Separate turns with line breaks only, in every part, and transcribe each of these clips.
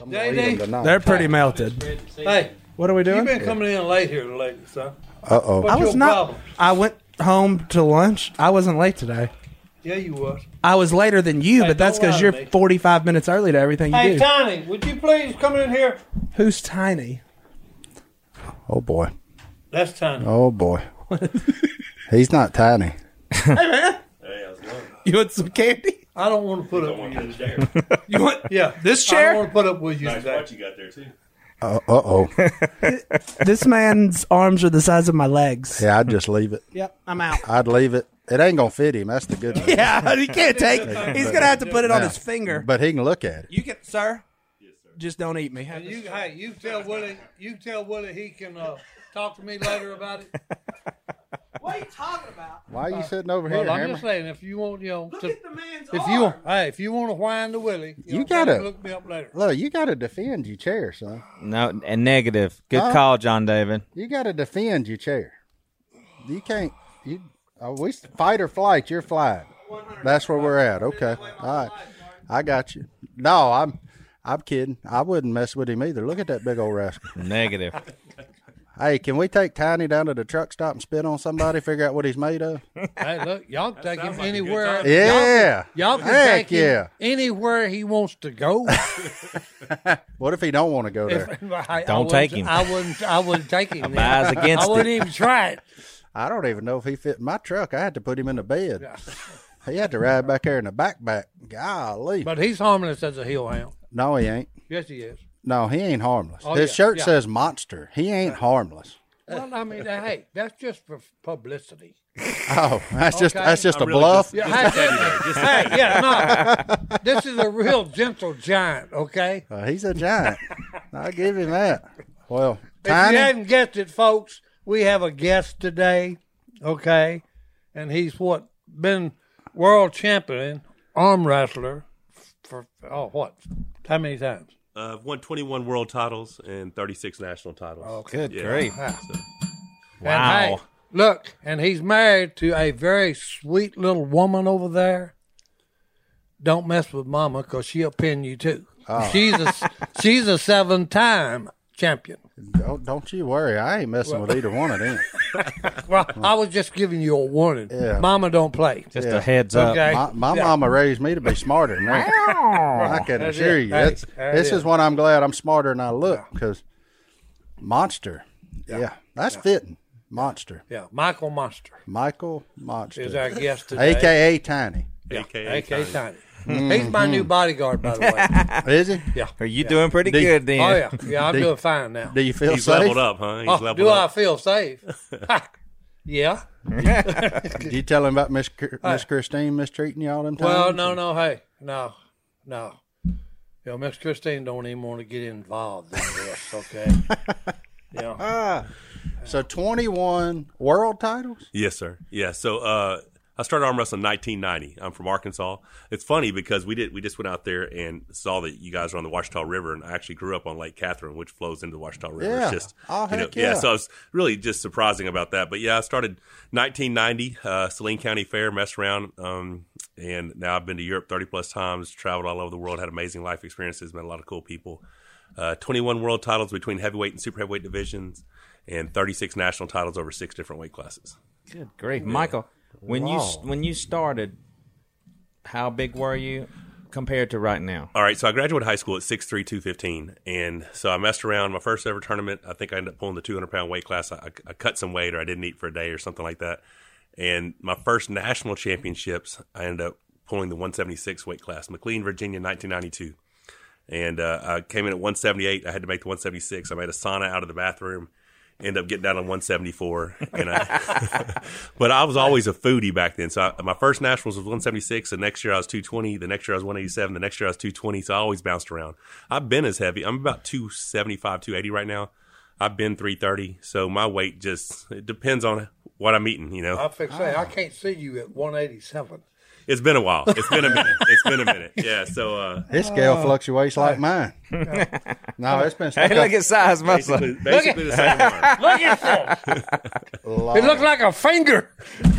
JD,
They're pretty melted.
hey,
What are we
you've
doing?
been coming in late here lately, son.
Uh oh.
I was
your
not.
problem?
I went home to lunch. I wasn't late today.
Yeah, you was.
I was later than you,
Hey,
but that's
don't lie
because
to
you're
me.
45 minutes early to everything you
Hey,
do.
Tiny, would you please come in here?
Who's tiny?
Oh boy.
That's Tiny.
Oh boy. He's not tiny.
You want some candy?
I don't want to put up with you today.
You want
Yeah,
This
I
chair?
don't want to put up with you
Nice
today.
watch you got there too.
Uh oh.
this man's arms are the size of my legs.
Yeah, I'd just leave it.
Yep, I'm out.
I'd leave it. It ain't gonna fit him. That's the good. thing.
Yeah, he can't take. He's gonna have to put it on his finger.
But he can look at it.
You can, sir. Just don't eat me.
You, hey, you tell Willie, you tell Willie he can uh, talk to me later about it.
What are you talking about?
Why are you sitting over
Uh, Well,
here,
I'm
Hammer?
just saying, if you want, you know, to,
the man's
if you hey, if you want to whine to Willie, you,
You
know,
gotta-
tell him to look me up later.
Look, you got to defend your chair, son.
No, and negative. Good
Huh?
call, John David.
You got to defend your chair. You can't. You uh, we s- fight or flight. You're flying. That's where we're at. Okay. All right. I got you. No, I'm. I'm kidding. I wouldn't mess with him either. Look at that big old rascal.
Negative.
Hey, can we take Tiny down to the truck stop and spit on somebody? Figure out what he's made of.
Hey, look, y'all can take him
sounds like a good
anywhere.
time.
Yeah.
Y'all can
Heck
take him
yeah.
anywhere he wants to go.
What if he don't want to go there?
If- I- I
Don't
wouldn't-
take him.
I wouldn't. I wouldn't take him. then.
Advise against
I wouldn't
it.
even try it.
I don't even know if he fit in my truck. I had to put him in the bed. he had to ride back there in the backpack. Golly.
But he's harmless as a hill hound.
no, he ain't.
Yes, he is.
No, he ain't harmless.
Oh,
His
yeah,
shirt
yeah.
says monster. He ain't harmless.
Well, I mean, hey, that's just for publicity.
Oh, that's just
Okay.
that's just
I'm
a
really
bluff.
just-
Yeah, hey, hey, yeah, no. This is a real gentle giant, okay?
Uh, he's a giant. I'll give him that. Well,
If
tiny.
you hadn't guessed it, folks, we have a guest today, okay? And he's what been world champion arm wrestler for oh what? How many times?
Uh, I've won 21 world titles and 36 national titles.
Good
Yeah.
grief.
So,
Wow.
And hey, look, and he's married to a very sweet little woman over there. Don't mess with mama because she'll pin you too. She's a she's a seven time champion.
Don't, don't you worry. I ain't messing with either one of them.
Well, I was just giving you a warning.
Yeah.
Mama don't play.
Just uh, a heads up.
Okay.
My, my mama raised me to be smarter than that. I can assure you.
Hey,
That's,
there
this
it
is what I'm glad I'm smarter than I look because monster. Yeah, that's fitting. Monster.
Yeah, Michael Monster
Michael Monster.
is our guest today.
AKA Tiny.
AKA,
AK
Tiny.
Tiny. He's my new bodyguard, by the way.
Is he?
Yeah.
Are you doing pretty
Do-
good then?
Oh yeah, yeah. I'm
Do-
doing fine now.
Do you feel
He's
safe?
leveled up, huh? He's
Oh,
leveled
do
up.
I feel safe? Ha. yeah.
Did you tell him about Miss Cr- Miss Christine mistreating you all them times?
Well, no, no. Hey, no, no. You know, Miss Christine don't even want to get involved in this. Okay. yeah.
So 21 world titles?
Yes, sir. Yeah. So uh, I started arm wrestling in 1990. I'm from Arkansas. It's funny because we did we just went out there and saw that you guys are on the Washita River, and I actually grew up on Lake Catherine, which flows into the Washita River.
Yeah.
It's just
Oh,
you know,
heck yeah.
So I was really just surprising about that. But yeah, I started 1990 uh, Saline County Fair, messed around, um, and now I've been to Europe 30 plus times, traveled all over the world, had amazing life experiences, met a lot of cool people. Uh, 21 world titles between heavyweight and super heavyweight divisions, and 36 national titles over six different weight classes.
Good grief. Michael, when you s- when you started, how big were you compared to right now?
All right, so I graduated high school at 6'3", 215, and so I messed around. My first ever tournament, I think I ended up pulling the 200-pound weight class. I, I, I cut some weight or I didn't eat for a day or something like that. And my first national championships, I ended up pulling the 176 weight class, McLean, Virginia, 1992. And uh, I came in at 178. I had to make the 176. I made a sauna out of the bathroom. End up getting down on 174, and I, but I was always a foodie back then. So I, my first nationals was 176. The next year I was 220. The next year I was 187. The next year I was 220. So I always bounced around. I've been as heavy. I'm about 275, 280 right now. I've been 330. So my weight just it depends on what I'm eating. You know,
I fix say I can't see you at 187.
It's been a while. It's been a minute. It's been a minute. Yeah. So uh,
His scale fluctuates like mine. no, it's been stuck
Hey, look
up
at size
basically,
muscle.
basically the same one.
Look at this.
a lot.
It looked like a finger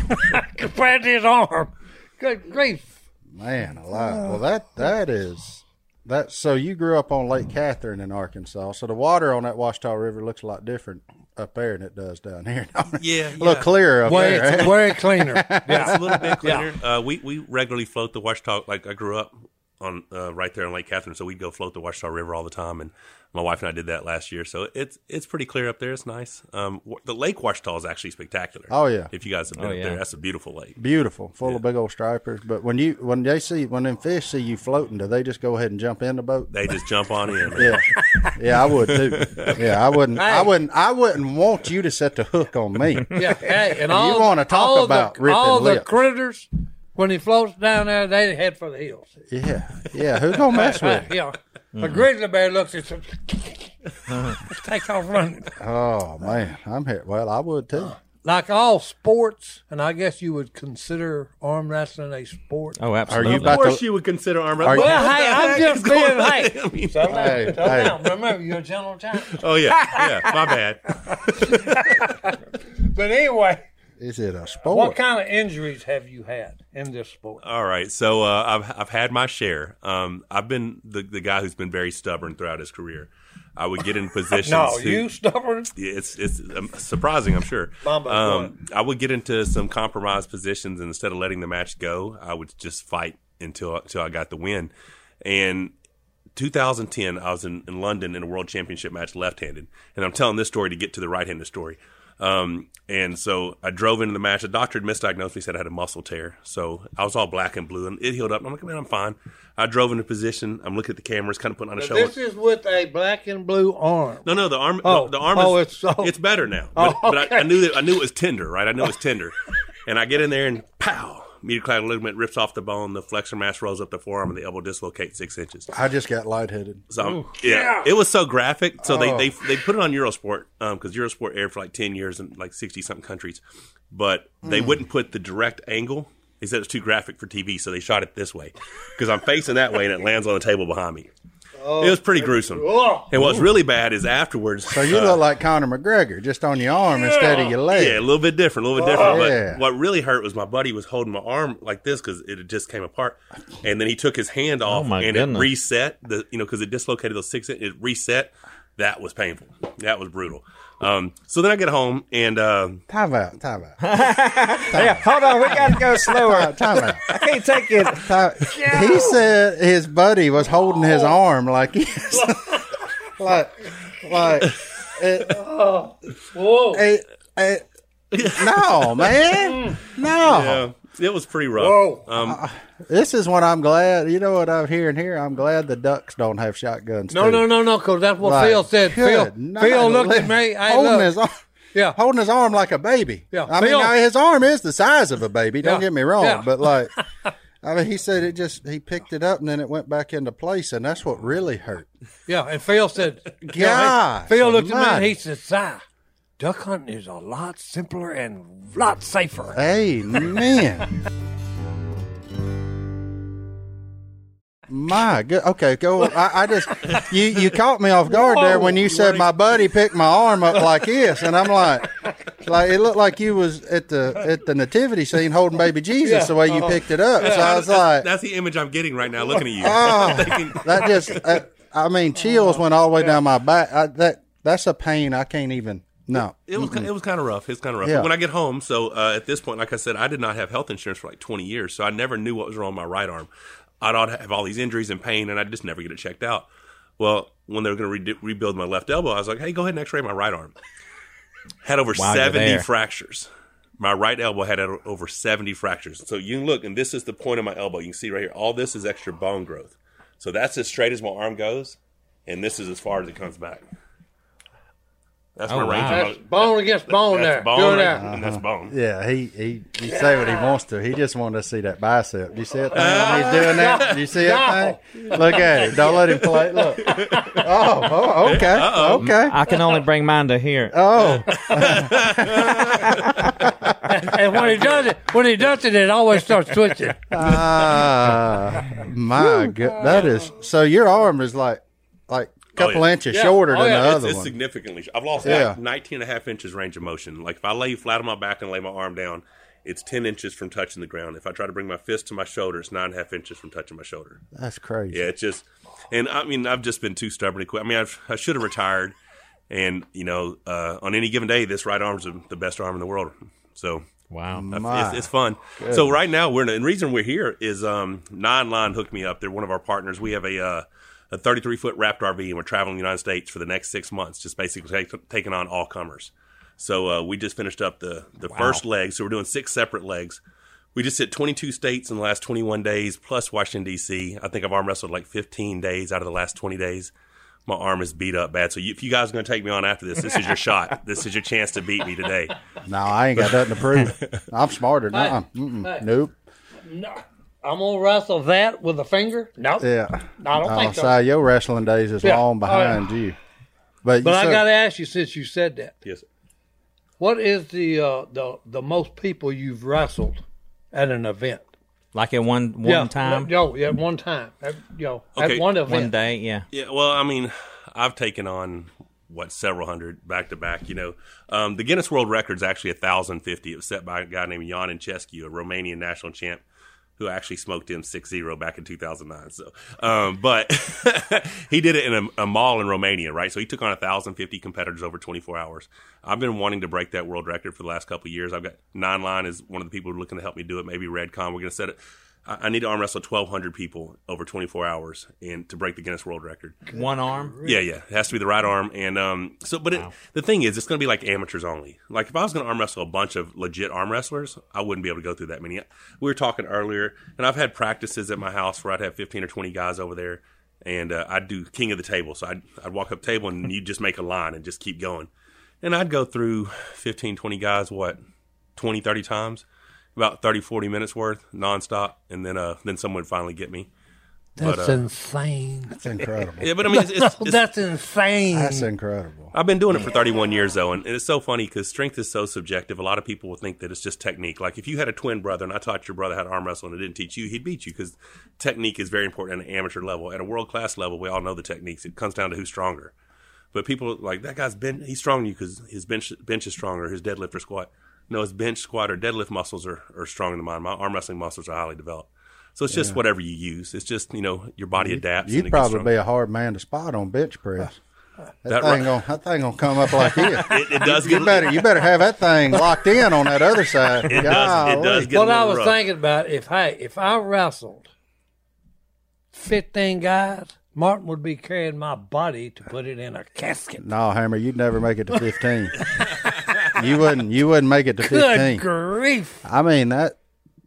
compared to his arm. Good grief.
Man, alive. Well, that that is that. So you grew up on Lake Catherine in Arkansas. So the water on that Washita River looks a lot different up there than it does down here.
Yeah.
a little clearer up
Way,
there. ain't it?
way cleaner.
It's a little bit cleaner. Uh, we we regularly float the Washita. Like I grew up on uh, right there on Lake Catherine, so we'd go float the Washita River all the time. And my wife and I did that last year, so it's it's pretty clear up there. It's nice. Um, w- the Lake Washita is actually spectacular.
Oh, yeah.
if you guys have been up
yeah.
there, that's a beautiful lake.
Beautiful, full of big old stripers. But when you when they see when them fish see you floating, do they just go ahead and jump in the boat?
They just jump on in. man.
Yeah, yeah, I would too. Yeah, I wouldn't. I wouldn't. I wouldn't want you to set the hook on me.
Yeah, hey, and all
wanna talk
all
about
the,
ripping
all the
lips.
critters when he floats down there, they head for the hills.
Yeah, yeah. Who gonna mess with? it?
Yeah, a grizzly bear looks at you, takes off running.
Oh man, I'm here. Well, I would too.
Like all sports, and I guess you would consider arm wrestling a sport.
Oh,
Are
absolutely.
you about to?
you would consider arm
Are you-
Well, hey, I'm just being hey. Settle down,
Hey,
settle
hey.
down. Remember, you're a general child.
Oh yeah, yeah. My bad.
But anyway,
Is it a sport?
what kind of injuries have you had in this sport?
All right, so uh, I've I've had my share. Um, I've been the the guy who's been very stubborn throughout his career. I would get in positions.
No,
to-
you stubborn.
it's it's um, surprising, I'm sure.
Mamba, go
um, I would get into some compromised positions, and instead of letting the match go, I would just fight until until I got the win. And 2010, I was in, in London in a world championship match left-handed, and I'm telling this story to get to the right-handed story. Um, and so I drove into the match. The doctor had misdiagnosed me, said I had a muscle tear. So I was all black and blue, and it healed up. I'm like, man, I'm fine. I drove into position. I'm looking at the cameras, kind of putting on a show.
This is with a black and blue arm.
No, no, the arm.
Oh.
the, the arm
Oh,
is
it's-
it's,
oh.
better now. But,
Oh,
but
okay.
I, I knew that I knew it was tender, right? I knew it was tender, and I get in there and pow, medioclavian ligament rips off the bone, the flexor mass rolls up the forearm, and the elbow dislocates six inches.
I just got lightheaded.
So I'm- yeah, it was so graphic. So they, they they put it on Eurosport because Eurosport aired for like ten years in like sixty something countries, but they wouldn't put the direct angle. They said it's too graphic for TV, so they shot it this way because I'm facing that way and it lands on the table behind me. it was pretty gruesome.
Oh.
And what's really bad is afterwards.
So you
uh,
look like Conor McGregor, just on your arm instead of your leg.
yeah, a little bit different, a little bit different.
Yeah.
But what really hurt was my buddy was holding my arm like this because it had just came apart, and then he took his hand off
my
and
goodness.
it reset. The you know because it dislocated those six. It reset. That was painful. That was brutal. Um, so then I get home and uh,
Time out. Time out.
yeah, hold on, we gotta go slower.
Time out.
I can't take it.
Time- He said his buddy was holding
Oh.
his arm like he like like it,
Oh. Whoa.
it, it- no man no
uh, it was pretty rough.
Whoa.
Um,
this is what I'm glad you know what I'm hearing here I'm glad the ducks don't have shotguns
No,
too.
no, no, no, because that's what
Like,
Phil said.
good
Phil,
night,
Phil looked at me.
li-
Hey,
holding
look.
his arm
yeah.
holding his arm like a baby
Yeah,
I mean
Phil-
now, his arm is the size of a baby don't
Yeah,
get me wrong
yeah.
but like I mean he said it just he picked it up and then it went back into place and that's what really hurt
Yeah, and Phil said, you know, hey,
Gosh
Phil looked at me and
almighty.
he said, Si, duck hunting is a lot simpler and a lot safer.
Amen. My good. Okay, go. I, I just you you caught me off guard there when you said my buddy picked my arm up like this, and I'm like, like it looked like you was at the at the nativity scene holding baby Jesus the way
Uh-huh.
you picked it up. So I was like,
that's the image I'm getting right now looking at you. Thinking,
that just. Uh, I mean, chills went all the way down my back. I, that that's a pain I can't even. No.
it was ki- it was kind of rough. It's kind of rough.
Yeah.
When I get home, so uh, at this point, like I said, I did not have health insurance for like twenty years, so I never knew what was wrong with my right arm. I'd all have all these injuries and pain, and I would just never get it checked out. Well, when they were going to re- rebuild my left elbow, I was like, "Hey, go ahead and X-ray my right arm." Had over
While you're
seventy
there.
fractures. My right elbow had o- over seventy fractures. So you can look, and this is the point of my elbow. You can see right here. All this is extra bone growth. So that's as straight as my arm goes, and this is as far as it comes back. That's my range.
Oh, wow.
of
That's
motion.
bone against bone there.
That's bone.
Do
right
that.
there, and That's bone.
Uh-huh. Yeah, he he, he say what he wants to. He just wanted to see that bicep. You see it? Thing when he's doing
Uh,
that. You see it? Thing? Look at it. Don't let him play. Look. Oh, oh okay, okay.
I can only bring mine to here.
Oh,
and when he does it, when he does it, it always starts twitching.
Ah, my god, that is so. Your arm is like like a
Oh,
couple
yeah.
inches
Yeah.
shorter
Oh,
than
yeah,
the
It's-
other
it's,
one.
significantly. I've lost
Yeah.
like 19 and a half inches range of motion. Like if I lay flat on my back and lay my arm down, it's 10 inches from touching the ground. If I try to bring my fist to my shoulder, it's nine and a half inches from touching my shoulder.
That's crazy.
Yeah, it's just, and I mean, I've just been too stubborn to quit. I mean, I've, I should have retired. And, you know, uh, on any given day, this right arm's the best arm in the world. So
Wow.
I- It's, it's fun. So right now we're in a, and reason we're here is um Nine Line hooked me up. They're one of our partners. We have a uh, a 33 foot Raptor RV and we're traveling the United States for the next six months, just basically take, taking on all comers. So uh, we just finished up the the first leg. So we're doing six separate legs. We just hit 22 states in the last 21 days, plus Washington D.C. I think I've arm wrestled like 15 days out of the last 20 days. My arm is beat up bad. So you, if you guys are going to take me on after this, this is your shot. This is your chance to beat me today.
No, I ain't got nothing to prove. I'm smarter. than
Hey,
I'm. Mm-mm.
hey.
Nope.
No, I'm gonna wrestle that with a finger. No,
Yeah.
I don't
I'll
think so.
say Oh, your wrestling days is
Yeah.
long
Oh, yeah.
behind you. But,
but
you
I
said-
got to ask you since you said that.
Yes.
What is the uh, the the most people you've wrestled at an event?
Like at one one
yeah,
time,
No, yeah, one time. At, you know,
Okay,
at one event.
one day, yeah.
Yeah, well, I mean, I've taken on what several hundred back to back. You know, um, the Guinness World Record's actually thousand fifty. It was set by a guy named Jan Cescu, a Romanian national champ. Who actually smoked him 6-0 back in 2009. So, um, but he did it in a, a mall in Romania, right? So he took on 1,050 competitors over 24 hours. I've been wanting to break that world record for the last couple of years. I've got Nine Line is one of the people who are looking to help me do it. Maybe Redcon. We're going to set it. I, I need to arm wrestle 1,200 people over 24 hours and to break the Guinness World Record.
One arm.
Yeah, yeah. It has to be the right arm. And um, so, but it, the thing is, it's going to be like amateurs only. Like if I was going to arm wrestle a bunch of legit arm wrestlers, I wouldn't be able to go through that many. We were talking earlier, and I've had practices at my house where I'd have 15 or 20 guys over there, and uh, I'd do king of the table. So I'd, I'd walk up table, and you'd just make a line and just keep going. And I'd go through 15, 20 guys, what, 20, 30 times? About 30, 40 minutes worth nonstop. And then uh, then someone would finally get me.
That's
But, uh,
insane.
That's incredible.
Yeah, but I mean, it's, it's, it's,
That's insane.
That's incredible.
I've been doing it for 31 years though, and it's so funny because strength is so subjective. A lot of people will think that it's just technique. Like if you had a twin brother and I taught your brother how to arm wrestle and I didn't teach you, he'd beat you because technique is very important at an amateur level. At a world class level, we all know the techniques. It comes down to who's stronger. But people are like that guy's been he's stronger than you because his bench bench is stronger, his deadlift or squat. No, his bench, squat, or deadlift muscles are, are stronger than mine. My arm wrestling muscles are highly developed. So it's just whatever you use. It's just you know your body adapts. and
You'd
it gets
probably
stronger.
be a hard man to spot on bench press. That,
That
thing
ri-
gonna, that thing gonna come up like this.
it, it does get
you better you better have that thing locked in on that other side.
it does it
Golly.
does get a
what I
little
was
rough.
thinking about if hey, if I wrestled fifteen guys, Martin would be carrying my body to put it in a casket.
No, Hammer, you'd never make it to fifteen. you wouldn't. You wouldn't make it to fifteen.
Good grief!
I mean that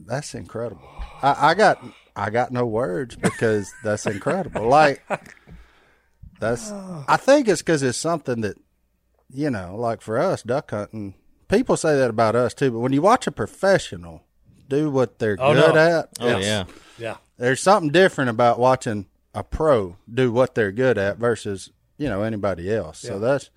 that's incredible. I, I got I got no words because that's incredible. Like that's I think it's because it's something that you know, like for us duck hunting, people say that about us too. But when you watch a professional do what they're
Oh,
good
no.
at,
Oh
it's-
yeah.
Yeah,
there's something different about watching a pro do what they're good at versus you know anybody else. So that's.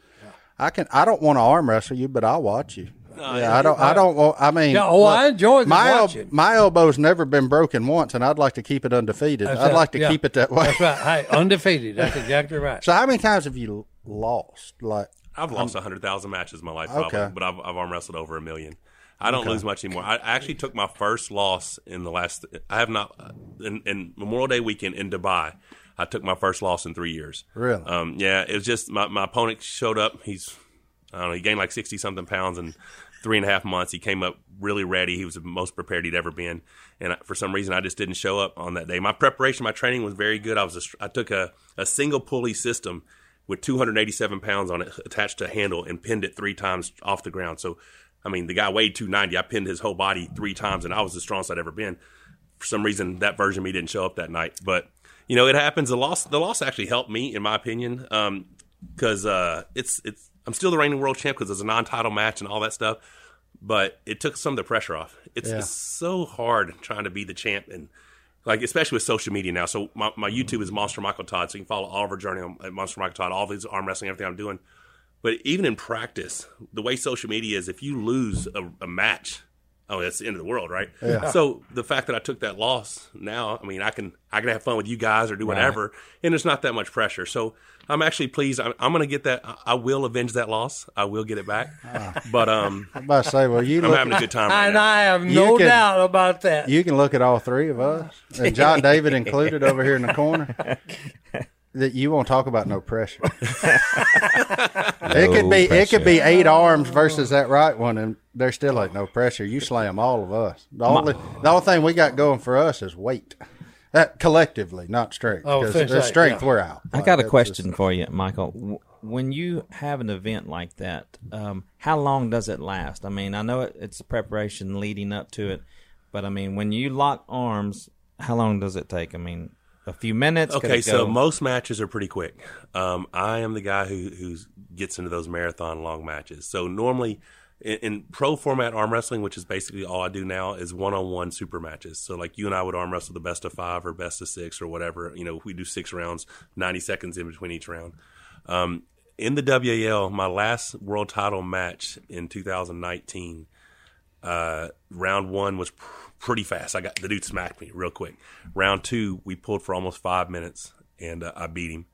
I can. I don't want to arm wrestle you, but I'll watch you. yeah, I don't. I don't want. I mean,
Yeah, oh, I enjoy the
my
watching.
my elbow's never been broken once, and I'd like to keep it undefeated.
That's
I'd
it.
like to
Yeah.
keep it that way.
that's right. Hey, undefeated. That's exactly right.
So, how many times have you l- lost? Like,
I've lost a 100,000 matches in my life, probably,
Um, Okay.
but I've, I've arm wrestled over a million. I don't lose much anymore. I I actually took my first loss in the last, I have not, in, in Memorial Day weekend in Dubai, I took my first loss in three years.
Really?
Um, yeah, it was just my, my opponent showed up. He's, I don't know, he gained like 60 something pounds in three and a half months. He came up really ready. He was the most prepared he'd ever been. And I, for some reason, I just didn't show up on that day. My preparation, my training was very good. I was, a str- I took a, a single pulley system with 287 pounds on it attached to a handle and pinned it three times off the ground. So, I mean, the guy weighed 290. I pinned his whole body three times, and I was the strongest I'd ever been. For some reason, that version of me didn't show up that night, but you know, it happens. The loss, the loss actually helped me, in my opinion, because uh, it's it's. I'm still the reigning world champ because it's a non-title match and all that stuff, but it took some of the pressure off. It's, it's so hard trying to be the champ and like especially with social media now. So my, my YouTube is Monster Michael Todd, so you can follow all of our journey on at Monster Michael Todd, all these arm wrestling, everything I'm doing. But even in practice, the way social media is, if you lose a, a match, oh, that's the end of the world, right? So the fact that I took that loss now, I mean, I can I can have fun with you guys or do whatever, and there's not that much pressure. So I'm actually pleased. I'm, I'm going to get that. I- I will avenge that loss. I will get it back. But um,
I'm about to say, well, you
I'm
look,
having a good time right
And
now.
Ah. I have no
can-
doubt about that.
you can look at all three of us, and John David included over here in the corner. That you won't talk about no pressure. it could
No
be it
pressure.
could be eight arms versus that right one, and there still ain't no pressure. You slam all of us. The only the only thing we got going for us is weight. That collectively, not strength.
Oh,
'cause
since
the
I-
strength
yeah.
we're out.
I got a question for you, Michael. W- When you have an event like that, um, how long does it last? I mean, I know it, it's preparation leading up to it, but I mean, when you lock arms, how long does it take? I mean, a few minutes. Could
Okay,
it
so
go-
most matches are pretty quick. Um, I am the guy who who's gets into those marathon long matches. So normally, in, in pro format arm wrestling, which is basically all I do now, is one on one super matches. So like you and I would arm wrestle the best of five or best of six or whatever. You know, we do six rounds, ninety seconds in between each round. Um, in the WAL, my last world title match in 2019 uh, round one was pr- pretty fast. I got the dude smacked me real quick. Round two, we pulled for almost five minutes, and uh, I beat him.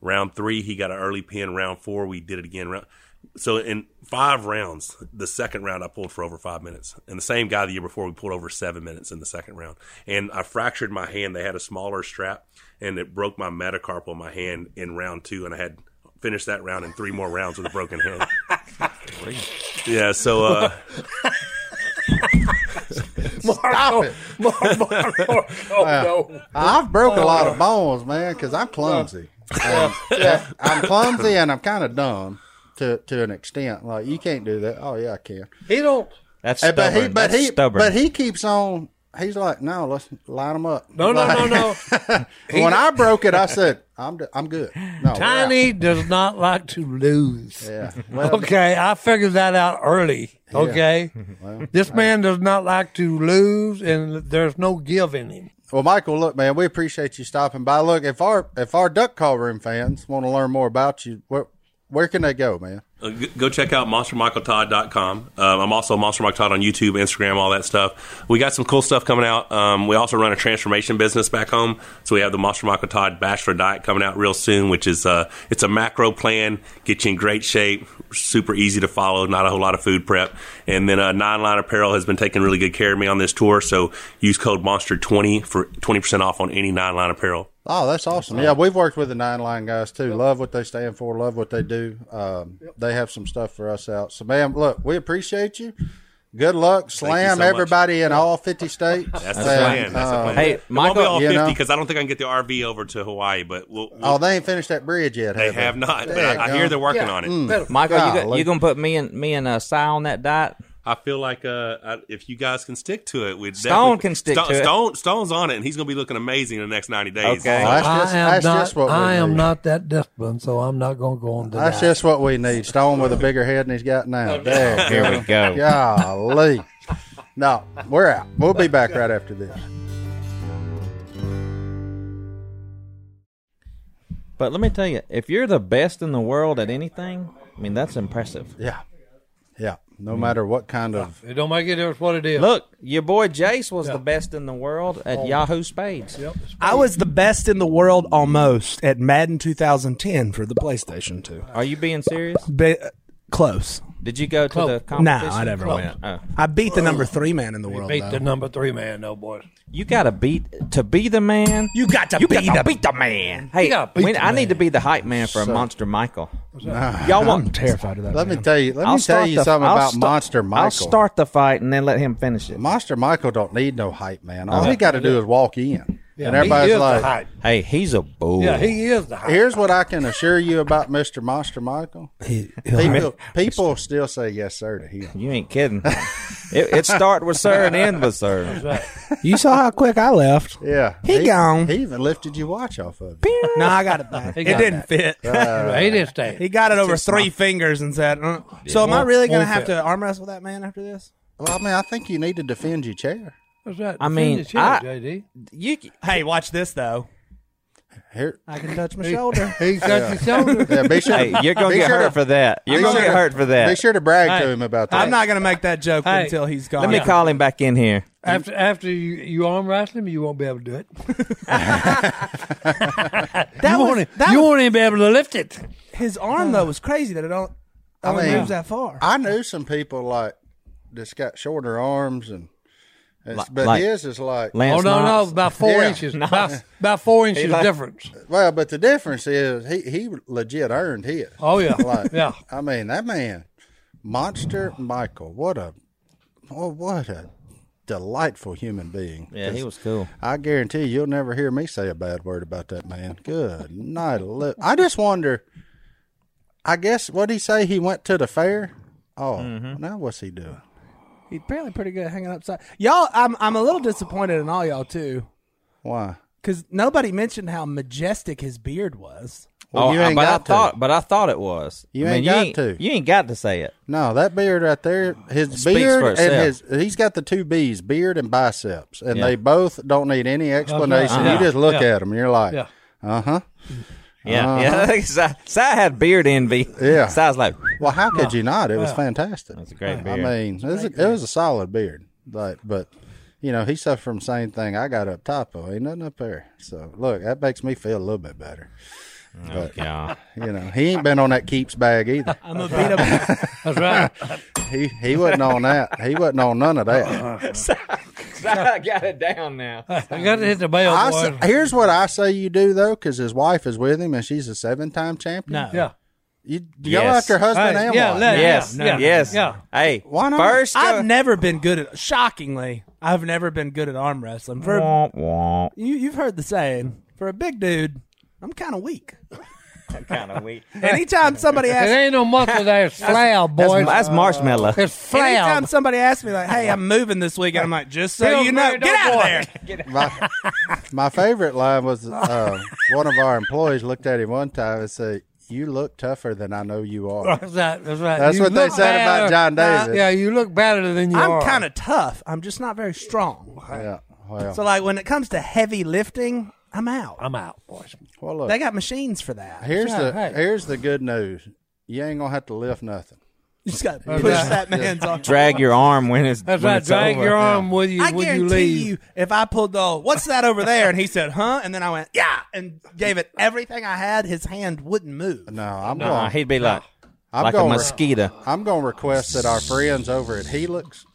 Round three, he got an early pin. Round four, we did it again. Round so in five rounds, the second round I pulled for over five minutes, and the same guy the year before we pulled over seven minutes in the second round, and I fractured my hand. They had a smaller strap, and it broke my metacarpal in my hand in round two, and I had finished that round in three more rounds with a broken hand. yeah, so uh,
Marco, Mar- Mar- Marco, no.
I've broke a
Oh,
lot of bones, man, because I'm clumsy. And I'm clumsy and I'm kind of dumb to to an extent. Like you can't do that. Oh yeah, I can.
He don't.
that's
Hey,
stubborn.
but he but
That's
he
stubborn.
but he keeps on. He's like, no, let's line them up.
No, no, no,
Like,
no.
when I broke it, I said, I'm d- I'm good. No, we're
Tiny does not like to lose.
out. Yeah. Well,
Okay, I figured that out early. Okay, this man does not like to lose, and there's no give in him.
Well, Michael, look, man, we appreciate you stopping by. Look, if our if our duck call room fans want to learn more about you, where where can they go, man?
Uh, g- go check out monstermichaeltodd.com. Um, I'm also Monster Michael Todd on YouTube, Instagram, all that stuff. We got some cool stuff coming out. Um, we also run a transformation business back home, so we have the Monster Michael Todd Bachelor Diet coming out real soon, which is uh, it's a macro plan, get you in great shape, super easy to follow, not a whole lot of food prep. And then uh, Nine Line Apparel has been taking really good care of me on this tour, so use code Monster twenty for twenty percent off on any Nine Line Apparel.
Oh, that's awesome. Yeah, we've worked with the Nine Line guys too. Love what they stand for, love what they do. Um, They have some stuff for us out. So, man, look, we appreciate you. Good luck. Slam
so much.
everybody in all 50 states.
That's
And,
the plan. That's the
uh,
plan.
Hey,
It won't be
Michael,
all
you know-
fifty because I don't think I can get the RV over to Hawaii, but we'll, we'll
Oh, they ain't finished that bridge yet.
They have not, but I, I hear they're working on it.
Mm.
Michael, you, go,
Golly.
you gonna put me and me and uh, Si on that diet?
I feel like uh, I, if you guys can stick to it, we
Stone can stick
Stone,
to it.
Stone, Stone's on it, and he's going to be looking amazing in the next ninety days.
Okay.
So,
That's just-
I am
that's
not.
just what we
I am
need.
not that disciplined, so I'm not going to go on to
That's
that.
just what we need. Stone with a bigger head than he's got now. There,
Here we go.
Golly. No, we're out. We'll be back right after this.
But let me tell you, if you're the best in the world at anything, I mean that's impressive.
Yeah. Yeah. No matter what kind of.
It don't make a difference what it is.
Look, your boy Jace was the best in the world at
Oh.
Yahoo Spades.
I was the best in the world almost at Madden 2010 for the PlayStation 2.
Are you being serious?
Be- close.
Did you go to the competition?
No, I never went.
Oh.
I beat the number three man in the world.
beat
though.
the number three man, though, boys.
You gotta beat to be the man.
you got to
You
beat
gotta
the
beat the man. Hey,
gotta beat
when-
the
I need to be the hype man for a Monster Michael. Y'all
I'm
want?
terrified of that.
Let me
man.
tell you. Let
I'll
me tell
start
you
the-
something
I'll
about
sta-
Monster Michael.
I'll start the fight and then let him finish it.
Monster Michael don't need no hype, man. All he got to do is walk in, and
he
everybody's
is the
like,
hype.
Hey, he's a bull.
Yeah, he is the hype.
"Here's what I can assure you about Mister Monster Michael."
He- he'll-
People, people still say yes sir to him.
You ain't kidding. it, it start with sir and end with sir.
you saw how quick I left.
Yeah,
He gone.
He even lifted your watch off of you.
No, I got it back. it
got
didn't fit.
Uh,
he didn't stay.
he got it over three fingers and said, uh. "So am I really going to have to arm wrestle that man after this?"
Well, I mean, I think you need to defend your chair.
That's right.
I mean,
Defend your chair,
I-
JD.
You
Hey, watch this though.
Here,
I can touch my shoulder.
He's got your shoulder.
yeah, be sure.
Hey, you're gonna
be
get
sure
hurt
to-
for that. You're
be
gonna
sure
get
to-
hurt for
Be
that.
sure to brag to
Hey,
him about that.
I'm not going to make that joke
Hey,
until he's gone.
Let
Oh,
me call him back in here.
After after you, you arm wrestle him, you won't be able to do it.
That
you
was-
won't, e-
that
you
was-
won't even be able to lift it.
his arm though was crazy that it don't only
mean-
moves that far.
I knew some people like that's got shorter arms and, and
Like-
but
like-
his is like
Lance
oh no,
Knox.
no, about four
Yeah.
inches. About, about four inches
like-
difference.
well, but the difference is he he legit earned his.
Oh yeah,
Like,
yeah.
I mean that man, Monster Michael. What a, oh, what a delightful human being.
Yeah, he was cool.
I guarantee you'll never hear me say a bad word about that man. Good night. li- I just wonder. I guess what he say? He went to the fair. Oh,
Mm-hmm.
now what's he doing?
He's apparently pretty good at hanging upside. Y'all, I'm I'm a little disappointed in all y'all too,
Why?
because nobody mentioned how majestic his beard was.
Well,
oh,
you
I-
ain't
but I
got to.
thought, but I thought it was.
You
I mean,
ain't got
you
to.
You ain't got to say it.
No, that beard right there, his
Uh, Speaks for
beard and his
itself.
he's got the two B's, beard and biceps, and
Yeah.
they both don't need any explanation.
Uh-huh.
You just look at 'em
Yeah.
at them, and you're like,
Yeah.
uh huh.
Yeah, yeah. Si, Si had beard envy.
Uh-huh. Yeah.
Si was like,
Well, how could you not? It was fantastic.
"That's a great
I
beard."
mean, it was, a, it was a solid beard, like, but you know, he suffered from the same thing I got up top of. Ain't nothing up there. So look, that makes me feel a little bit better.
Oh, yeah.
You know, he ain't been on that keeps bag either.
I'm gonna beat up.
That's right.
He he wasn't on that. He wasn't on none of that.
I got it down now.
I got to hit the bell.
I
boys.
say, here's what I say you do though, because his wife is with him and she's a seven time champion.
No,
yeah.
You go
Yes.
after husband
Hey,
and
yeah,
wife.
let-
Yes,
Yeah, yeah,
yes.
yeah.
Hey,
Why not?
First, uh,
I've
go-
never been good at. Shockingly, I've never been good at arm wrestling. For
Womp, womp.
you, you've heard the saying. For a big dude, I'm kind of weak.
kind of weak.
Anytime somebody
It
asks,
ain't no muscle there. It's flab,
That's,
boys.
uh,
that's marshmallow.
It's
anytime
flab.
somebody asks me like, "Hey, I'm moving this weekend," I'm like, "Just so
Bill
you know,
Murray,
get
don't
out of
worry.
there."
My, my favorite line was uh, one of our employees looked at him one time and said, "You look tougher than I know you are."
That's right. That's right.
That's
You
what they
look
said about
better.
John Davis.
Yeah, you look better than you
I'm
are.
kind of tough. I'm just not very strong.
Yeah. Well,
So, like, when it comes to heavy lifting, I'm out.
I'm out, boys.
well look.
they got machines for that. You
here's the
right.
here's the good news. You ain't gonna have to lift nothing.
just got to push that man's arm.
Drag your arm when it's
That's
when
right.
it's
Drag
over.
your arm with you
I
when you
guarantee
leave.
you, if I pulled the, what's that over there? And he said, huh? And then I went, yeah, and gave it everything I had. His hand wouldn't move.
No, I'm
Uh,
going.
he'd be like,
I'm
like a
going-
mosquito.
I'm going to request that our friends over at Helix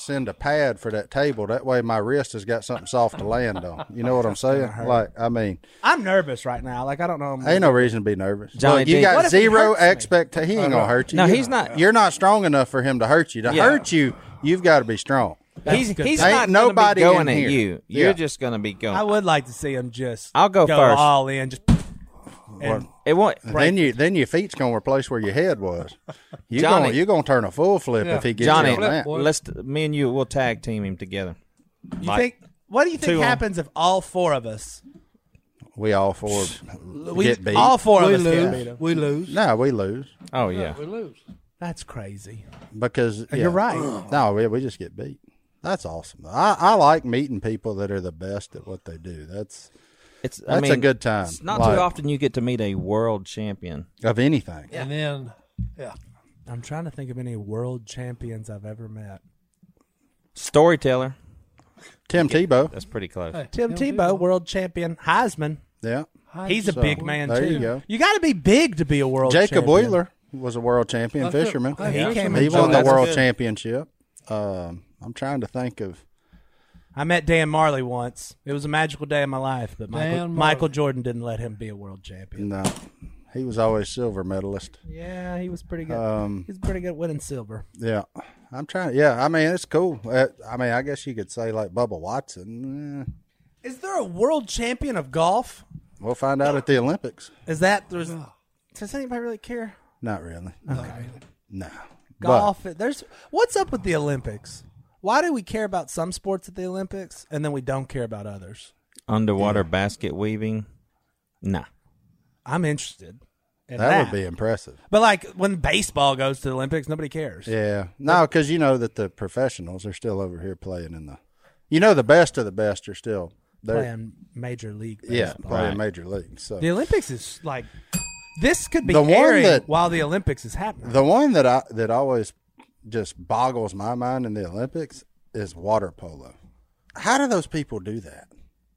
send a pad for that table. That way, my wrist has got something soft to land on. You know what I'm saying? Like, I mean,
I'm nervous right now. Like, I don't know.
ain't no reason to be nervous.
Johnny
Look, you
D.
What
got
if he
zero
hurts me?
expectation. He ain't
Uh-huh.
gonna hurt you.
No,
You-
he's not-
You're not strong enough for him to hurt you. To
Yeah.
hurt you, you've got to be strong.
He's
good.
he's
Ain't
not
nobody
gonna be going
in
at
here.
you. You're
Yeah.
just gonna be going.
I would like to see him just
I'll go first.
all in. Just, and
it won't.
Then you, then your feet's gonna replace where your head was. You
Johnny.
gonna, you gonna turn a full flip if he gets
Johnny,
you on that.
let's me and you. We'll tag team him together.
you think, what do you think
Two on.
happens if all four of us,
We all four
we,
get beat.
all four of
we
us get beat
lose.
him?
We lose.
no, we lose
Oh yeah.
We lose.
That's crazy.
because yeah.
Uh, You're right.
No, we, we just get beat. That's awesome. I, I like meeting people that are the best at what they do. That's
It's I
That's a
mean,
good time.
It's not
Like-
too often you get to meet a world champion.
of anything.
And then, yeah.
I'm trying to think of any world champions I've ever met.
Storyteller.
Tim Tebow.
That's pretty close.
Tim Tebow, world champion, Heisman.
Yeah.
He's a
So,
big man
there
too.
you go.
got to be big to be a world.
Jacob
champion.
Wheeler was a world champion
That's it.
fisherman.
Hey,
He
that's
came
it.
He
in-
won the
that's
world
good.
championship. Um, I'm trying to think of
I met Dan Marley once. It was a magical day in my life, but Michael,
Dan Marley.
Michael Jordan didn't let him be a world champion.
no. He was always silver medalist.
Yeah, he was pretty good.
Um,
He's pretty good at winning silver.
Yeah, I'm trying. Yeah, I mean it's cool. Uh, I mean I guess you could say like Bubba Watson. Eh,
Is there a world champion of golf?
we'll find out at the Olympics.
Is that there's? Does anybody really care?
Not really. Okay. No.
Golf. there's what's up with the Olympics? Why do we care about some sports at the Olympics and then we don't care about others?
Underwater basket weaving. Nah.
I'm interested. In
But that, would be impressive.
But like when baseball goes to the Olympics, nobody cares.
Yeah. No, because you know that the professionals are still over here playing in the. You know the best of the best are still They're-
playing major league.
yeah,
baseball.
playing
Right.
major league. So
The Olympics is like this could be
The one
airing
that-
while the Olympics is happening.
the one that I that always just boggles my mind in the Olympics is water polo. How do those people do that?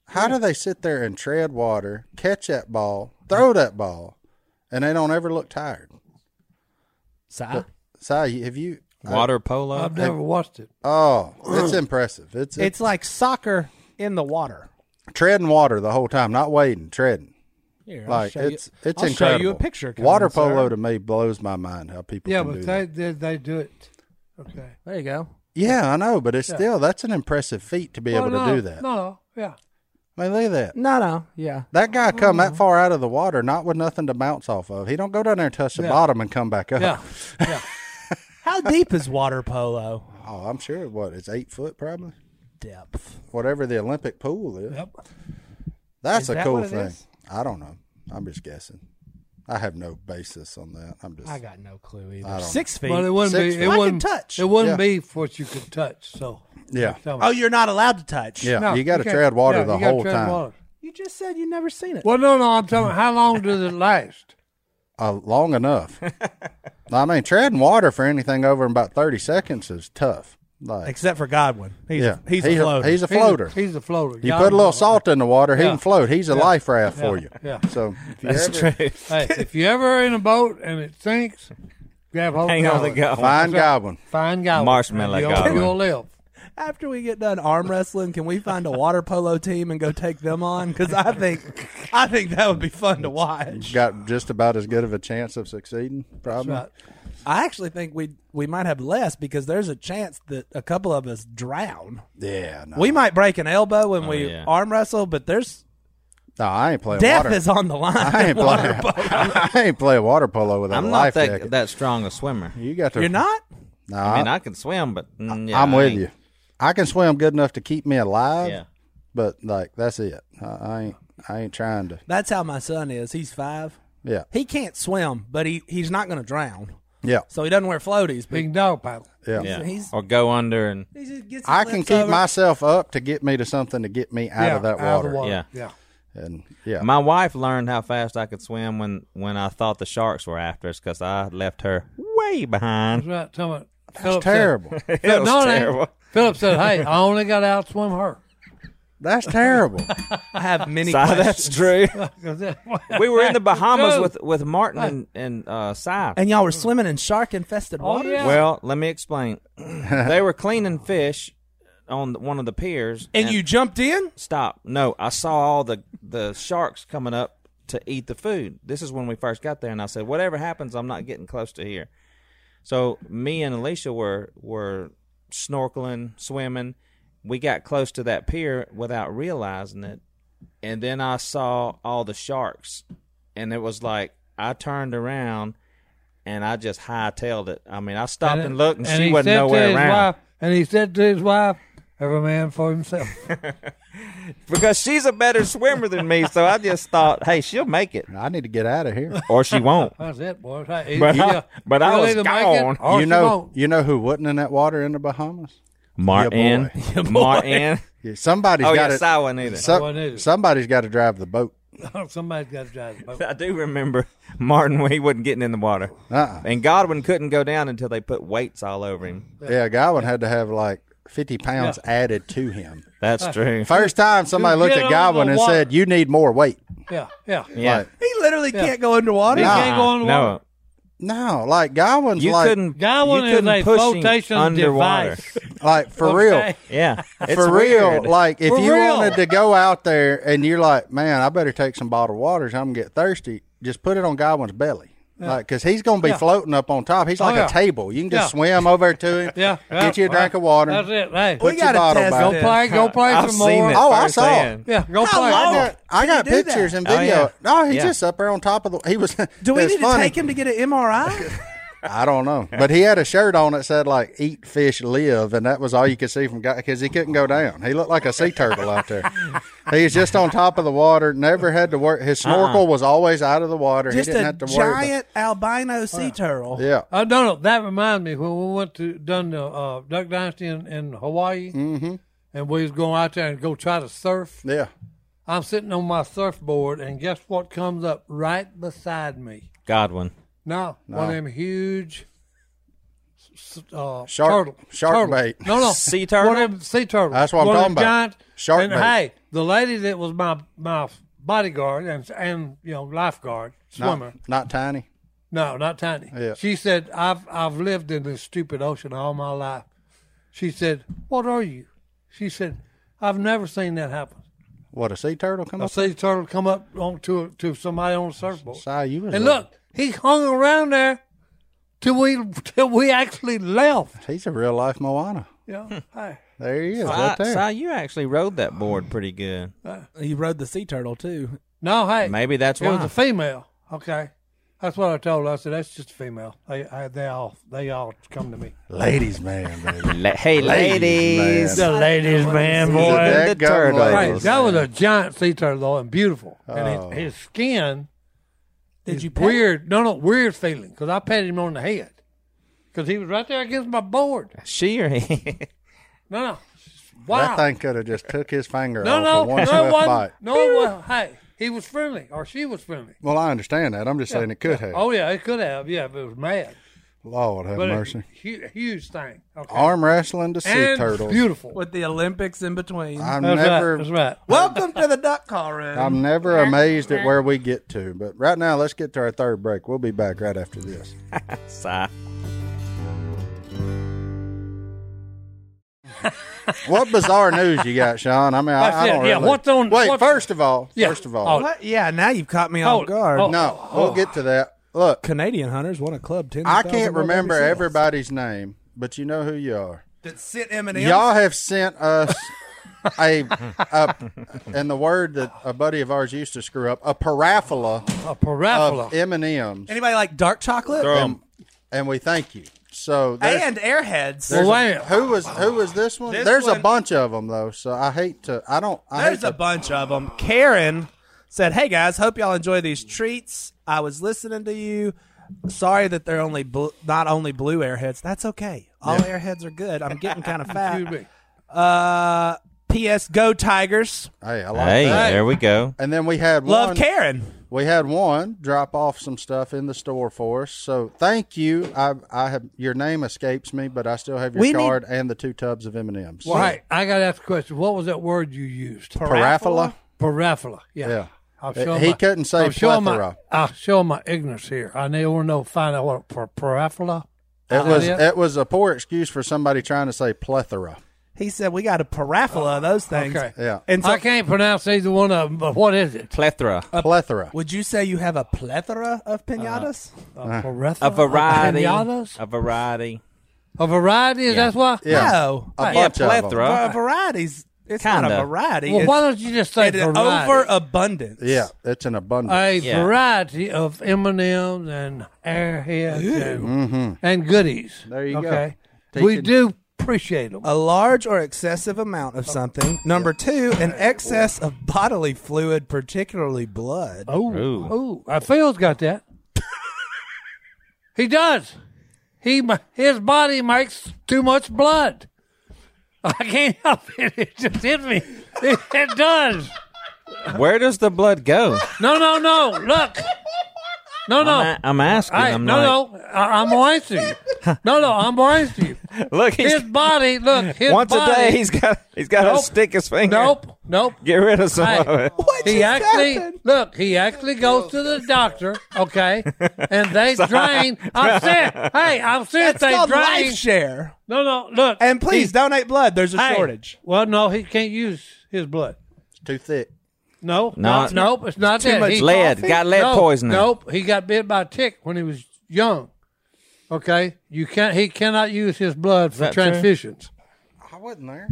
How do they sit there and tread water, catch that ball, throw that ball, and they don't ever look tired?
Si?
Si, have you?
Water polo.
I've never watched it.
Oh, it's impressive. It's, it's
It's like soccer in the water.
treading water the whole time, not wading, treading.
Here, I'll
Like
show you-
it's it's
I'll
incredible.
show you a picture. Colin,
Water
sir.
polo to me blows my mind how people.
Yeah,
can do
but
that.
they, they they do it. Okay.
There you go.
Yeah, I know, but it's still that's an impressive feat to be
Well,
able
no,
to do that.
No, no, yeah.
I mean, look at that.
No, no, yeah.
That guy come that far out of the water, not with nothing to bounce off of. He don't go down there and touch the
Yeah.
bottom and come back up.
Yeah.
How deep is water polo
Oh, I'm sure what it's eight foot probably,
depth?
whatever the Olympic pool is.
Yep.
That's
Is
a
that
cool
what it
thing.
is?
I don't know. I'm just guessing. I have no basis on that. I'm just
I got no clue
I
either.
don't
Six feet.
But it wouldn't
Six
be. It
foot. I can
wouldn't
touch.
It wouldn't
Yeah.
be what you could touch. So
yeah.
tell me.
oh, you're not allowed to touch.
Yeah,
No,
you got to
can't-
tread water
yeah,
the
you gotta
whole
tread
time.
water.
You just said you never seen it.
Well, no, no. I'm talking. How long does it last?
uh, long enough. I mean, treading water for anything over about thirty seconds is tough. Like,
Except for Godwin. He's,
yeah,
he's
He-
a floater.
He's a
He's a-
floater.
He's a, floater.
you
Y'all
put a
know.
little salt in the water, he
Yeah.
can float. He's a life raft for you.
Yeah.
So if you ever
That's true.
Hey, if you ever in a boat and it sinks, grab hold.
Hang
of
on to
Godwin.
go.
find Goblin,
Find Godwin.
Marshmallow
You'll-
Godwin.
You'll live.
After we get done arm wrestling, can we find a water polo team and go take them on? Because I think, I think that would be fun to watch.
got just about as good of a chance of succeeding. Probably.
Right.
I actually think we we might have less because there's a chance that a couple of us drown.
Yeah. No.
We might break an elbow when we
Oh, yeah.
arm wrestle, but there's
no, I ain't playing
death
water.
is on the line.
I ain't playing. I ain't playing water polo with a
I'm not
life
that,
jacket.
that strong a swimmer.
you got to.
You're not.
Nah,
I mean, I can swim, but mm, yeah,
I'm
I
with
ain't-
you. I can swim good enough to keep me alive.
Yeah.
But like that's it. I, I ain't. I ain't trying to.
That's how my son is. He's five.
Yeah.
He can't swim, but he, he's not going to drown,
Yeah.
so he doesn't wear floaties. But
Big dog paddle.
Yeah.
Yeah.
He's-
or go under and
he just gets his
I can
lips
keep
over.
myself up to get me to something to get me out
yeah,
of that water.
Out of the water.
Yeah.
Yeah.
And yeah.
My wife learned how fast I could swim when, when I thought the sharks were after us because I left her way
That's
behind.
right. Tell me.
that's terrible.
It
Philip,
was
no, it ain't.
terrible.
Philip said, "Hey, I only got to outswim her."
That's terrible.
I have many.
Si, that's
questions.
true.
'Cause that-
We were in the Bahamas
Dude.
with, with Martin and, and uh, Si.
And y'all were swimming in shark infested water.
yeah.
Well, let me explain. they were cleaning fish on one of the piers,
And you jumped in?
stop. No, I saw all the the sharks coming up to eat the food. This is when we first got there, and I said, "Whatever happens, I'm not getting close to here." So me and Alicia were were snorkeling, swimming. We got close to that pier without realizing it, and then I saw all the sharks, and it was like I turned around. And I just hightailed it. I mean, I stopped and, looked, and, she
he
wasn't
said to
nowhere
his
around.
Wife, and he said to his wife, "Every man for himself."
because she's a better swimmer than me. So I just thought, hey, she'll make it,
I need to get out of here.
or she won't.
That's it, boy. Hey,
But I-
either-
but I
you'll
was
either make
gone.
It, or
you
she
know,
won't.
you know who wasn't in that water in the Bahamas?
Martin, Martin.
Yeah, somebody's
Oh
got
yeah,
it.
I wasn't either.
some-
wasn't either.
somebody's got to drive the boat.
Somebody's got to drive the boat.
I do remember Martin when he wasn't getting in the water,
Uh-uh.
and Godwin couldn't go down until they put weights all over him.
Yeah, Godwin had to have like fifty pounds added to him.
That's true.
First time somebody
Dude,
looked
get
at
on the
Godwin and
water.
said, "You need more weight."
Yeah, yeah.
Yeah.
Like,
He literally can't go underwater.
He
Nah.
can't go on the water.
no,
no, like Godwin's
you
like,
couldn't.
Godwin
you
is
couldn't
a
push him
flotation
underwater.
device.
like for real.
Okay.
Yeah, it's
for
weird.
real, like if
For
you
real.
wanted to go out there and you're like, man, I better take some bottled waters. I'm gonna get thirsty. Just put it on Godwin's belly, like because he's gonna be floating up on top. He's like
Oh, yeah.
a table. You can just
Yeah.
swim over to him.
Yeah, yeah.
get you a drink of water.
That's it. Hey,
Put your
gotta
bottle
test
back.
go play. Go play
I've
some
seen
more.
it.
Oh, I saw.
firsthand.
Yeah, go
How
play.
long?
I
Yeah.
got, I
Can you
got
do that?
pictures and
Oh,
video.
yeah.
No, he's
Yeah.
just up there on top of the. He was.
Do we
it's
need to
funny.
take him to get an MRI?
I don't know, but he had a shirt on that said like "Eat, fish, live," and that was all you could see from guy because he couldn't go down. He looked like a sea turtle out there. He was just on top of the water. Never had to work. His snorkel was always out of the water.
Uh-uh. Just
he didn't
a
have to worry. about-
giant albino sea turtle.
yeah,
Oh no, no, that reminds me when we went to done the uh, Duck Dynasty in, in Hawaii. Mm-hmm. and we was going out there and go try to surf.
Yeah.
I'm sitting on my surfboard, and guess what comes up right beside me?
Godwin.
No, one of them huge s- s- uh,
Shark-
turtle,
shark
turtle.
bait.
No, no,
Sea turtle?
One of them sea turtle.
That's what I'm
One of
talking
them
about.
Giant,
Shark
and
bait.
hey, the lady that was my my bodyguard and and you know lifeguard
Not,
swimmer.
not tiny.
No, not tiny.
Yeah.
She said, "I've I've lived in this stupid ocean all my life." She said, "What are you?" She said, "I've never seen that happen.
What a sea turtle come
I
up.
see a turtle come up on to to somebody on a surfboard,
Si, you was
and
a-
look, he hung around there till we till we actually left.
He's a real life Moana.
Yeah,
Hmm.
hey,
There he is,
Si,
right there.
Si, you actually rode that board pretty good.
He rode the sea turtle too.
no, hey,
Maybe that's
it was
why.
a female. Okay, that's what I told her. I said that's just a female. They I, they all they all come to me.
Ladies man, baby.
La- hey, ladies.
man.
ladies, man,
boy.
That
The
gun
turtle.
Right,
ladies.
that was Oh. a giant sea turtle though, and beautiful, and his, his skin.
Did
is
you pet him?
weird? No, no, weird feeling because I patted him on the head because he was right there against my board.
She or he?
No, no,
That
wow.
thing could have just took his finger
no,
off
no,
with one
no
swift
one,
bite.
no one. Hey, he was friendly or she was friendly.
Well, I understand that. I'm just saying it could have.
Oh yeah, it could have. Yeah, if it was mad.
Lord have
But it-
mercy.
hu- huge thing. Okay.
Arm wrestling to sea
and
turtles.
beautiful.
With the Olympics in between.
I'm
that's
never,
right. That's right.
Welcome to the duck call room.
I'm never amazed at where we get to. But right now, let's get to our third break. We'll be back right after this.
Si.
What bizarre news you got, Sean? I mean, I, I
That's it.
don't
Yeah,
really.
what's on-
Wait,
what's-
first of all,
Yeah.
first of all,
Oh,
What? Yeah, now you've caught me
Oh,
off guard.
oh.
no, we'll get to that. Look,
Canadian hunters won a club ten.
I can't remember everybody's name, but you know who you are.
that sent Eminem.
Y'all have sent us a, a and the word that a buddy of ours used to screw up a parabola
A
of
parabola.
M and M's,
Anybody like dark chocolate
Throw 'em.
and we thank you. So there's-
and airheads?
Well, wait.
Who was who was this one?
This
There's a
one-
bunch of them though, so I hate to. I don't. I
There's
hate
a
to,
bunch of them. Karen said, "Hey guys, hope y'all enjoy these treats. I was listening to you. Sorry that they're only bl- not only blue airheads. That's okay. All airheads are good. I'm getting kind of
Excuse
fat.
me.
Uh, P.S. Go Tigers.
Hey, I like
Hey,
that.
there we go.
And then we had
Love
one.
Karen.
We had one drop off some stuff in the store for us. So thank you. I I have your name escapes me, but I still have your
We need-
card and the two tubs of M and M's.
Well, hey, I got to ask a question. What was that word you used?
Parabola.
Parabola. Yeah.
Yeah.
I'll
He-
show
he
my-
couldn't say
I'll show
plethora.
My, I'll show my ignorance here. I never know find out what par- parabola.
It was
Yep.
it was a poor excuse for somebody trying to say plethora.
He said we got a parabola of those things.
Okay.
Yeah,
And so,
I can't pronounce either one of them. But what is it?
Plethora.
uh,
plethora.
would you say you have a plethora of pinatas?
A,
Uh,
parabola?
A variety.
Pinatas?
A variety.
A variety. Is that's why.
Yeah,
No.
a
Yeah,
bunch of 'em.
plethora.
Var- varieties. It's not
Kinda.
a variety.
Well,
it's
why don't you just say
an
variety?
overabundance.
Yeah, it's an abundance.
a
Yeah.
variety of M and M's and airheads and, and goodies.
Mm-hmm. There you go.
okay?
Taking-
We do appreciate
Oh.
them.
a large or excessive amount of something. Number two, an excess of bodily fluid, particularly blood.
Oh,
Ooh.
oh, uh, Phil's got that. he does. He ma- his body makes too much blood. I can't help it. It just hit me. It, it does.
Where does the blood go?
No, no, no. Look. No, no.
I'm, a- I'm asking.
Hey,
I'm
no,
not.
no. I, I'm going to answer you. No, no. I'm going to answer you.
Look, he's,
His body. Look. His
once
body,
a day he's got he's got to
Nope.
stick his finger.
Nope. Nope.
Get rid of some of
Hey.
it.
What
he
just
actually
happened?
look. He actually goes to the doctor, okay, and they drain. I'm serious. Hey, I'm serious.
It's
they
called
drain.
life share.
No, no, look.
And please
He-
donate blood. There's a
hey,
shortage.
Well, no, he can't use his blood.
Too thick.
No,
No,
no,
it's-
nope. It's not that.
much
he,
Lead. Got lead
no,
poisoning.
Nope. He got bit by a tick when he was young. Okay, you can't. He cannot use his blood for
that true?
transfusions.
I wasn't there.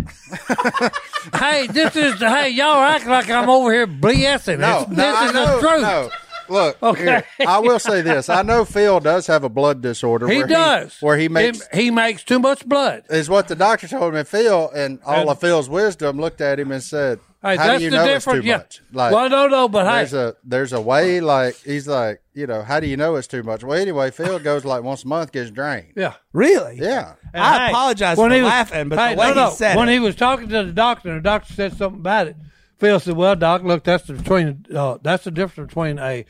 hey, this is hey y'all are acting like I'm over here BSing.
No,
It's-
no,
this
I
is
know-
the truth.
No. Look,
Okay.
here, I will say this. I know Phil does have a blood disorder.
He
where
does.
where he makes
he, he makes too much blood.
is what the doctor told me. Phil and all of Phil's wisdom looked at him and said,
Hey,
how
that's
do you
the
know it's
difference.
too
yeah.
much? Like,
well, no, no, but hey,
there's a there's a way. Like he's like, you know, how do you know it's too much? Well, anyway, Phil goes like once a month, gets drained.
yeah.
Really?
Yeah,
And
I
hey,
apologize for laughing, but
hey,
the way
no, no,
he said
when
it,
he was talking to the doctor, and the doctor said something about it. Phil said, "Well, doc, look, that's the between uh, that's the difference between a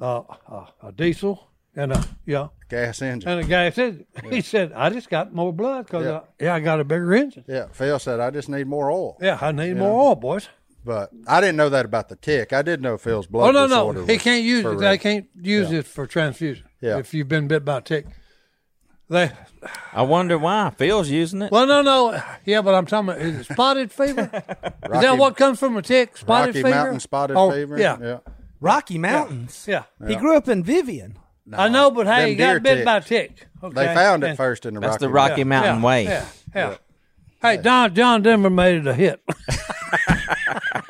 uh, uh, a diesel and a yeah
gas engine.
and a gas engine." He said, "I just got more blood because
Yeah.
yeah. I got a bigger engine.
Yeah, Phil said I just need more oil,
Yeah, I need more oil, boys.
but I didn't know that about the tick. I did know Phil's blood.
Oh no,
disorder
no, he
was
can't use
for
it.
real.
They can't use it for transfusion.
Yeah.
if you've been bit by a tick, they
I wonder why Phil's using it.
well, no, no, yeah, but I'm talking about is it spotted fever. is that
Rocky-
what comes from a tick? Spotted
Rocky
fever,
Mountain spotted
Or-
fever.
yeah.
Rocky Mountains.
yeah.
He grew up in Vivian.
I know, but
Them
hey, you
deer
got bit by a
ticks.
tick. Okay?
They found it
And-
first in the
That's
Rocky
the Rocky
yeah,
Mountain
yeah,
way.
Yeah, yeah. Hey, Don John Denver made it a hit.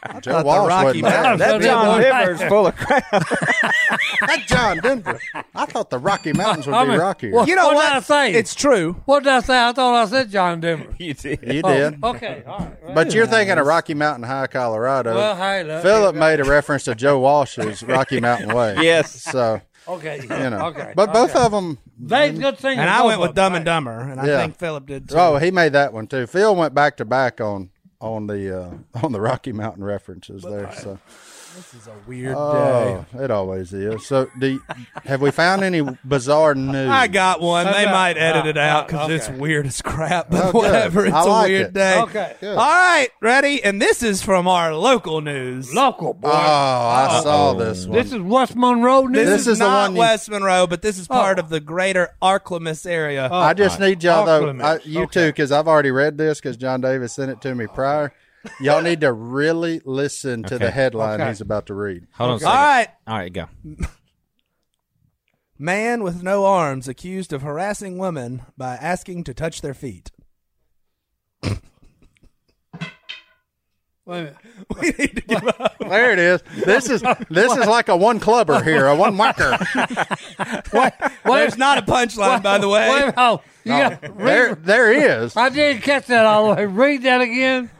Mountain. Joe Walsh
Rocky
wasn't
Mountain-
there.
That
Yeah,
John
boy.
Denver's full of crap.
That John Denver. I thought the Rocky Mountains would
I
be
mean,
rockier.
what-
You know
did
what?
I say?
It's true.
what did I say? I thought I said John Denver.
you did.
you
Oh,
did.
Okay, all right. well,
But you're thinking of Rocky Mountain High, Colorado.
Well, hey, look,
Philip
you
made a reference to Joe Walsh's Rocky Mountain Way.
Yes.
So,
okay,
you know.
okay.
but both of them.
they good thing.
And I went with Dumb and Dumber, and I
Yeah.
think Philip did too.
Oh, he made that one too. Phil went back to back on on the uh, on the Rocky Mountain references there. So,
It's a weird day.
oh, it always is. So, do you- have we found any bizarre news?
I got one. They
Okay.
might edit it
Uh,
out
uh,
because it's
okay.
weird as crap. But
Oh, good.
whatever, it's
I
a
like
weird
it.
day.
Okay.
Good.
All right, ready? And this is from our local news.
local boy.
Oh, I saw this one.
this is West Monroe
this,
News.
This
is,
is the
not
one you-
West Monroe, but this is part of the greater Arklamas area.
I just need y'all though, I,
Compliments.
you two, because I've already read this because John Davis sent it to me prior. Y'all need to really listen to the
Okay.
headline
Okay.
he's about to read.
Hold on a
All
second.
right,
All right, go.
man with no arms accused of harassing women by asking to touch their feet.
Wait a minute.
We need to give up.
There it is. This is this is like a one clubber here, a one whacker.
There's not a punchline, by the
Wait a
way.
minute. Oh, you got
There there is.
I didn't catch that all the way. Read that again.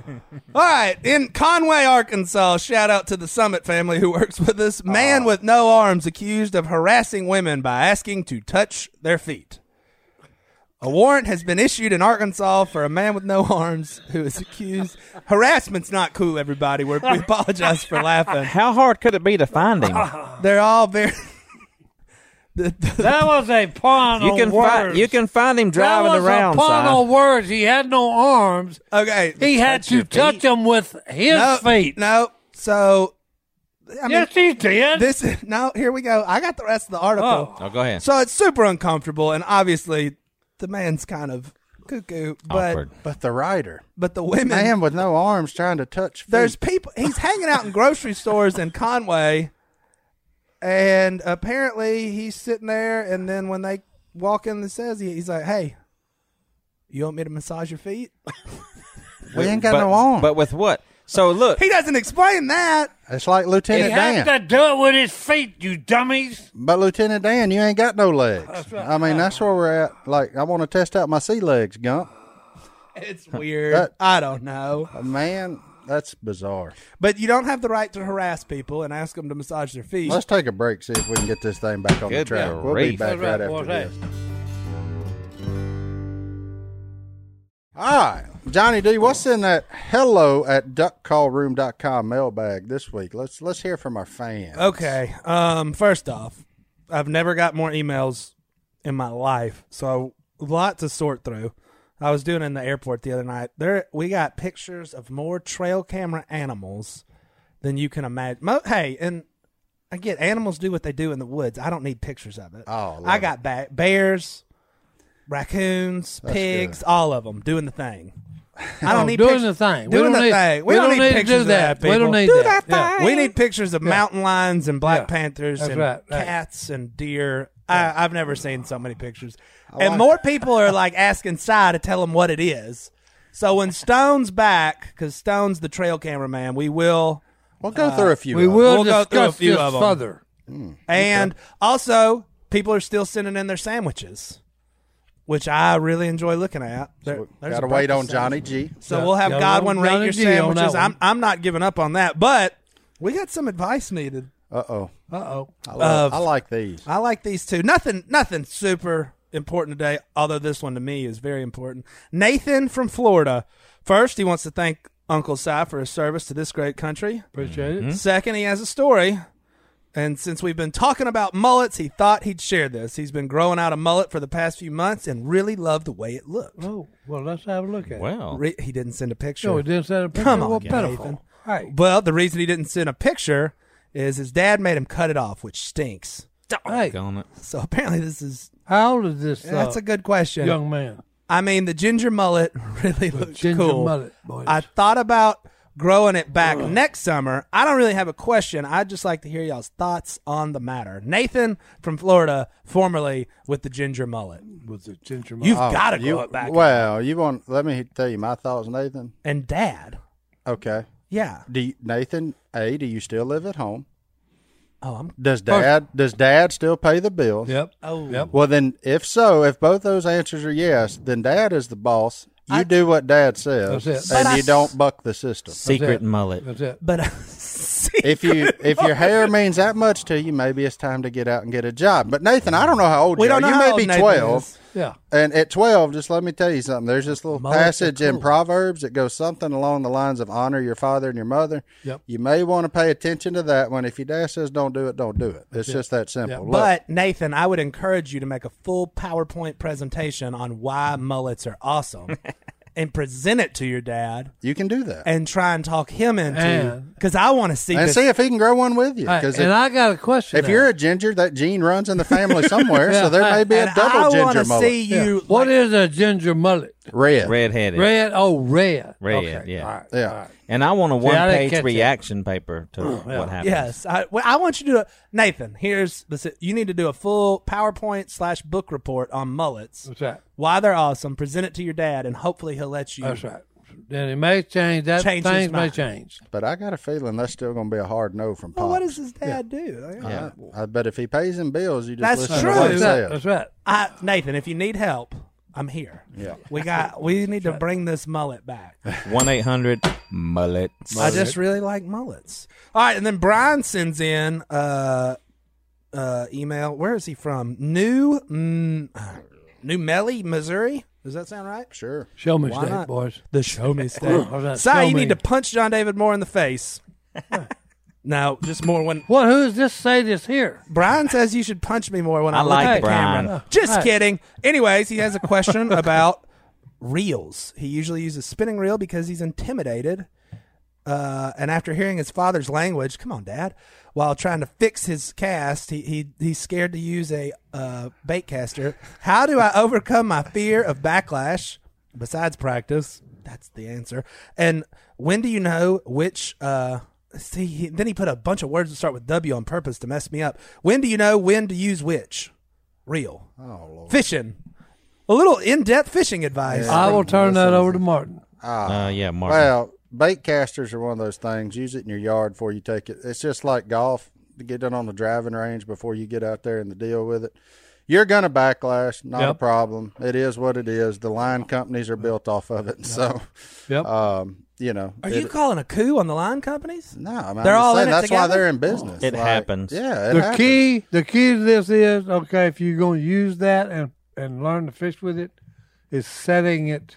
All right, in Conway, Arkansas, shout out to the Summit family who works with us. Man with no arms accused of harassing women by asking to touch their feet. A warrant has been issued in Arkansas for a man with no arms who is accused. Harassment's not cool, everybody. We're, we apologize for laughing.
How hard could it be to find him?
They're all very. the, the-
That was a pun
You
on
can
words.
find you can find him
that
driving
was
around.
a pun
Si.
on words. He had no arms.
okay.
He had to touch them with his
no,
feet.
No. So. I mean,
yes, he did.
this is. No, here we go. I got the rest of the article.
oh,
Oh, go ahead.
So it's super uncomfortable, and obviously the man's kind of cuckoo. But
Awkward.
But the writer,
but the women,
man with no arms, trying to touch. Feet.
there's people. He's hanging out in grocery stores in Conway, and apparently he's sitting there. And then when they walk in, and says he- he's like, "Hey, you want me to massage your feet?"
we ain't got
but,
no arms.
But with what? So look,
He doesn't explain that.
it's like
he
Lieutenant Dan.
had to do it with his feet, you dummies.
but Lieutenant Dan, you ain't got no legs. I mean, that's where we're at. Like, I want to test out my sea legs, Gump.
It's weird.
That-
I don't know.
Man, that's bizarre.
But you don't have the right to harass people and ask them to massage their feet.
Let's take a break, see if we can get this thing back on
Good
the track. We'll be
grief.
back right,
That's right,
after
boy, hey.
this. All right. Johnny D, what's in that hello at duckcallroom.com mailbag this week? Let's let's hear from our fans.
Okay. Um, first off, I've never got more emails in my life, so a lot to sort through. I was doing it in the airport the other night. There, we got pictures of more trail camera animals than you can imagine. Mo- hey, and I get animals do what they do in the woods. I don't need pictures of it.
Oh, love
I got ba- bears, raccoons, pigs, all of them doing the thing. I don't need
Oh, doing
pictures-
the thing. We don't
Doing the
need-
thing. We, don't, need,
to do
pictures of
that. We
people.
don't need
do
that. Yeah.
thing. We need pictures of mountain lions and black
Yeah.
panthers
That's
and
right. Right.
cats and deer. I, I've never seen so many pictures.
like-
and more people are like asking Cy to tell them what it is. So when Stone's back, because Stone's the trail cameraman, we will.
We'll go through a few.
We
of them.
will
We'll go through a
discuss
few
this
of 'em.
further.
And also, people are still sending in their sandwiches. which I really enjoy looking at. There- there's
Got
a
to wait
breakfast
on Johnny G.
So we'll have
Yeah,
Godwin
we'll-
rate your
Johnny G on that
sandwiches. I'm
one.
I'm not giving up on that, but we got some advice needed.
Uh oh.
Uh oh.
I, love-
Uh,
I like these.
I like these two. Nothing nothing super important today, although this one to me is very important. Nathan from Florida. First, he wants to thank Uncle Si for his service to this great country.
Appreciate it.
Second, he has a story. And since we've been talking about mullets, he thought he'd share this. He's been growing out a mullet for the past few months and really loved the way it looked.
Oh, well, let's have a look at it.
Well,
Re- he didn't send a picture.
No, it didn't send a picture.
Come on,
well,
Nathan.
pitiful. Right.
Well, the reason he didn't send a picture is his dad made him cut it off, which stinks.
Hey,
on it.
So apparently, this is
how old is this?
that's
uh,
a good question.
young man.
I mean, the ginger mullet really looks
Ginger
cool.
mullet, boys.
I thought about growing it back next summer. I don't really have a question. I'd just like to hear y'all's thoughts on the matter. Nathan from Florida, formerly with the ginger mullet.
with the ginger mullet.
You've
Oh,
got to grow
you-
it back.
Well, you want? Let me tell you my thoughts, Nathan.
and dad.
Okay.
Yeah.
Do you, Nathan A? Do you still live at home?
Oh, I'm.
Does dad? Does dad still pay the bills?
Yep.
Oh.
Yep.
Well, then, if so, if both those answers are yes, then dad is the boss. You do what dad says,
That's it.
and
But
you
I-
don't buck the system.
Secret
it.
mullet.
That's it.
But
If you if your hair means that much to you, maybe it's time to get out and get a job. But Nathan, I don't know how old
we
you
don't know
are. You
how
may
old
be
Nathan
twelve,
is.
Yeah.
and at twelve, just let me tell you something. There's this little
Mullets are
passage in
cool.
Proverbs that goes something along the lines of honor your father and your mother.
Yep.
You may want to pay attention to that one. If your dad says don't do it, don't do it. It's just that simple. Look,
But Nathan, I would encourage you to make a full PowerPoint presentation on why mullets are awesome and present it to your dad
you can do that, and,
and try and talk him into
And-
because I want to see this.
see if he can grow one with you.
Hey,
Because
and I got a question.
if
now.
you're a ginger, that gene runs in the family somewhere, so there may be a
and I
double
wanna
ginger mullet.
see you.
What
like,
is a ginger mullet?
Red.
Redheaded.
Red? Oh, red.
Red,
Okay.
yeah.
All right.
Yeah.
All right.
And I want a one
I didn't catch
page
that.
reaction paper to what happened.
Yes, I, well, I want you to do a, Nathan. Here's the si- you need to do a full PowerPoint slash book report on mullets,
That's right.
why they're awesome. Present it to your dad, and hopefully he'll let you.
That's right. Then it may change. That
Change his
things may
mind.
change.
But I got a feeling that's still going to be a hard no from Pop.
Well, what does his dad do?
yeah. I bet if he pays him bills, you just
That's
listen
true.
to what he
That's right.
says.
That's right.
I, Nathan, if you need help, I'm here.
Yeah.
We got. We need to bring this mullet back.
1 800 mullet.
I just really like mullets. All right, and then Brian sends in uh, uh, email. Where is he from? New mm, uh, New Melly, Missouri. Does that sound right?
Sure.
Show me
Why
state,
not?
boys.
The Show Me State.
Or that show
Sai, you
me.
need to punch John David Moore in the face. no, just more when
What? Who is this? Say this here.
Brian says you should punch me more when I,
I
look
like
at the
Brian.
camera. Just
Hey.
kidding. Anyways, he has a question about reels. He usually uses spinning reel because he's intimidated. Uh, and after hearing his father's language, come on, Dad, while trying to fix his cast, he, he he's scared to use a uh, bait caster. How do I overcome my fear of backlash? Besides practice, that's the answer. And when do you know which? Uh, see, he, then he put a bunch of words that start with W on purpose to mess me up. When do you know when to use which? Real
Oh, Lord.
fishing. A little in-depth fishing advice.
I will turn that over to Martin.
Uh, yeah, Martin.
Ah. Well, bait casters are one of those things. Use it in your yard before you take it. It's just like golf. Get it on the driving range before you get out there and the deal with it. You're going to backlash. Not a
Yep.
problem. It is what it is. The line companies are built off of it. So,
Yep.
Uh,
um, you know.
Are
it-
you calling a coup on the line companies?
No, I mean,
They're
I'm just
all in
saying
it
that's why
together?
they're in business.
It happens.
Yeah, it
the
happens.
key the key to this is okay if you're going to use that and and learn to fish with it is setting it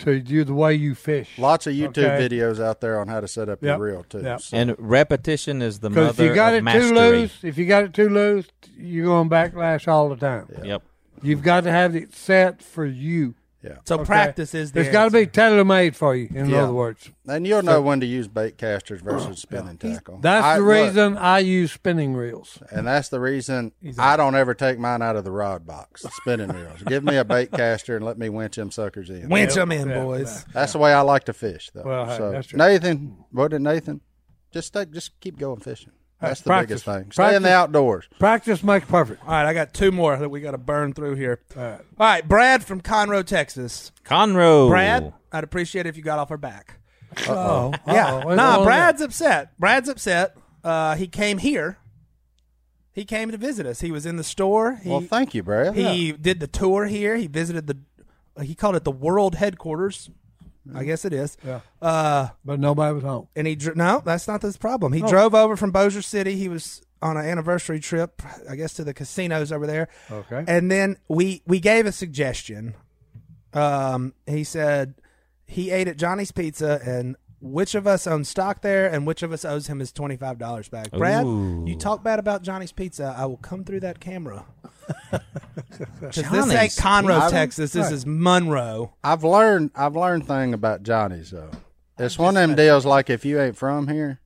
to you the way you fish
Lots of YouTube
Okay.
videos out there on how to set up
Yep.
your reel too.
Yep.
So-
and repetition is the
because if
mother
you got
of
it
mastery.
too loose if you got it too loose you're going backlash all the time
Yep.
you've got to have it set for you
yeah.
So
okay?
practice is the
it's got to be
answer.
tailor-made for you in
Yeah.
other words
And you'll know when to use bait casters versus spinning tackle.
that's
I-
the
look,
reason i use spinning reels
and that's the reason I don't ever take mine out of the rod box. Spinning reels. Give me a bait caster and let me winch them suckers in.
winch them in,
Yeah.
boys.
That's the way I like to fish, though.
Well, hey,
so
that's true.
Nathan, what did Nathan? Just take, just keep going fishing. That's the
practice.
biggest thing. Stay in
Practice.
the outdoors.
practice makes perfect
All right, I got two more that we got to burn through here. All
right.
right, Brad from Conroe, Texas.
Conroe.
Brad, I'd appreciate it if you got off her back.
oh
Yeah, nah, Brad's upset. Brad's upset. Uh, he came here He came to visit us. He was in the store. He,
well, thank you, Brad.
He did the tour here. He visited the. He called it the world headquarters. I guess it is. Yeah. Uh,
but nobody was home.
and he dr- no, that's not his problem. He drove over from Bossier City. He was on an anniversary trip, I guess, to the casinos over there.
Okay.
And then we we gave a suggestion. Um, he said he ate at Johnny's Pizza, and which of us owns stock there, and which of us owes him his twenty five dollars back. Brad, you talk bad about Johnny's Pizza, I will come through that camera. 'Cause this ain't
Johnny's.
Conroe,
I'm-
Texas. This is Monroe.
I've learned I've learned thing about Johnny's though. It's one of them deals like if you ain't from here,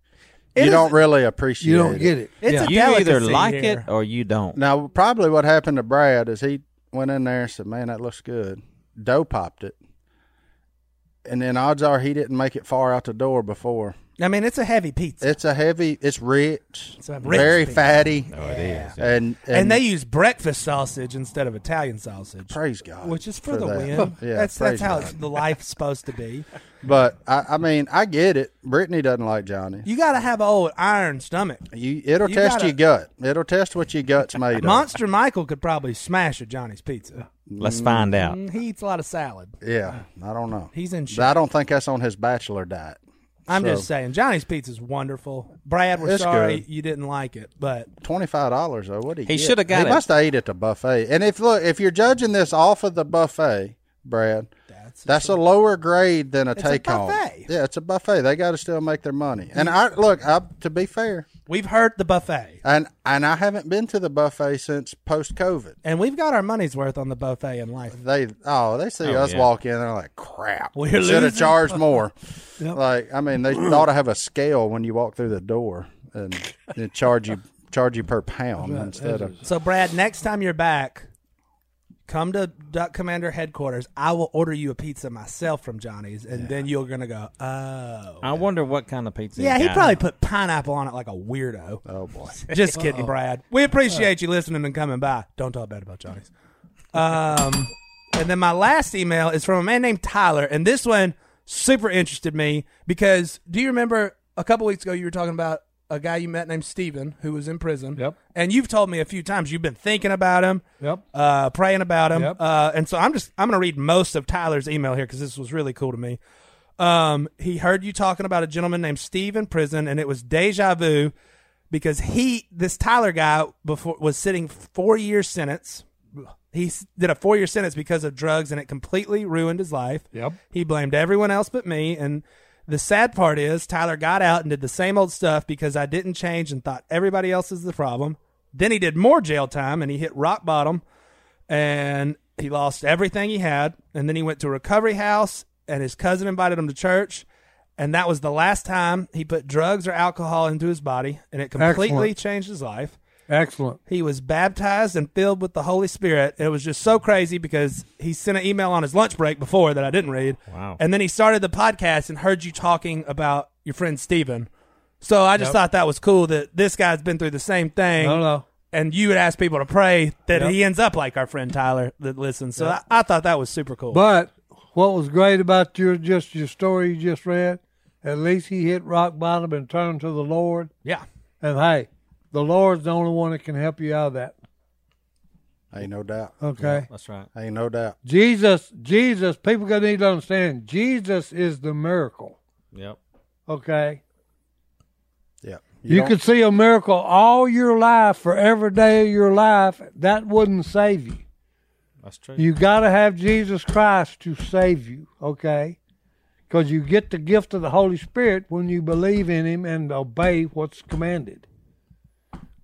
you
is-
don't really appreciate
You don't get it.
It's
yeah.
a
You either
delicacy
like
here.
it or you don't.
Now probably what happened to Brad is he went in there and said, Man, that looks good. Dough popped it. And then odds are he didn't make it far out the door before.
I mean, it's a heavy pizza.
It's a heavy it's rich.
a rich
very
pizza.
fatty.
Oh, it is.
And, and
and, they use breakfast sausage instead of Italian sausage,
praise God.
which is for,
for
the
that.
win.
Yeah,
that's that's
praise
how
God.
it's, the life's supposed to be.
But I, I mean, I get it. Brittany doesn't like Johnny.
You got to have an old iron stomach.
You it'll
You
test
gotta-
your gut. It'll test what your gut's made of.
Monster Michael could probably smash a Johnny's pizza.
Let's
Mm-hmm.
find out.
Mm, He eats a lot of salad.
Yeah, I don't know.
He's in shape.
But I don't think that's on his bachelor diet.
I'm
So-
just saying, Johnny's pizza's wonderful. Brad, we're
It's
sorry
good.
you didn't like it, but
Twenty five dollars though. What he
He shoulda got
He
it.
must have ate at the buffet. And if look, if you're judging this off of the buffet, Brad,
that's
that's a lower grade than a
a
take home.
buffet.
Yeah, it's a buffet. They got to still make their money. And I look, I, to be fair,
we've hurt the buffet,
and and I haven't been to the buffet since post COVID.
and we've got our money's worth on the buffet in life.
They oh they see
Oh,
us
yeah.
walk in, they're like, crap.
We're
should have
losing."
charged more.
Yep.
Like I mean, they ought to have a scale when you walk through the door and they charge you charge you per pound instead of
So, Brad, next time you're back, come to Duck Commander headquarters. I will order you a pizza myself from Johnny's, and then you're gonna go, oh,
I wonder what kind of pizza.
yeah. He
got.
probably put pineapple on it like a weirdo.
oh boy.
Just kidding, Brad. We appreciate you listening and coming by. Don't talk bad about Johnny's. Um, and then my last email is from a man named Tyler, and this one super interested me because do you remember a couple weeks ago you were talking about a guy you met named Steven who was in prison?
Yep.
And you've told me a few times you've been thinking about him.
Yep.
Uh, praying about him.
Yep.
Uh, and so I'm just I'm gonna read most of Tyler's email here because this was really cool to me. Um, he heard you talking about a gentleman named Steve in prison, and it was deja vu because he, this Tyler guy, before was sitting four year sentence. He s- did a four year sentence because of drugs, and it completely ruined his life.
Yep.
He blamed everyone else but me, and the sad part is Tyler got out and did the same old stuff because I didn't change and thought everybody else is the problem. Then he did more jail time, and he hit rock bottom and he lost everything he had. And then he went to a recovery house, and his cousin invited him to church. And that was the last time he put drugs or alcohol into his body, and it completely
Excellent.
changed his life.
Excellent.
He was baptized and filled with the Holy Spirit. It was just so crazy because he sent an email on his lunch break before that I didn't read.
Wow.
And then he started the podcast and heard you talking about your friend Steven. So I just thought that was cool that this guy's been through the same thing
No, no.
and you would ask people to pray that
Yep.
he ends up like our friend Tyler that listens. So I, I thought that was super cool.
But what was great about your just your story you just read, at least he hit rock bottom and turned to the Lord.
yeah,
And hey, the Lord's the only one that can help you out of that.
Ain't no doubt.
Okay.
That's right.
Ain't no doubt.
Jesus, Jesus, people gonna need to understand Jesus is the miracle.
Yep.
Okay.
Yeah.
You,
don't-
could see a miracle all your life for every day of your life. That wouldn't save you.
That's true.
You got to have Jesus Christ to save you, okay? Because you get the gift of the Holy Spirit when you believe in Him and obey what's commanded.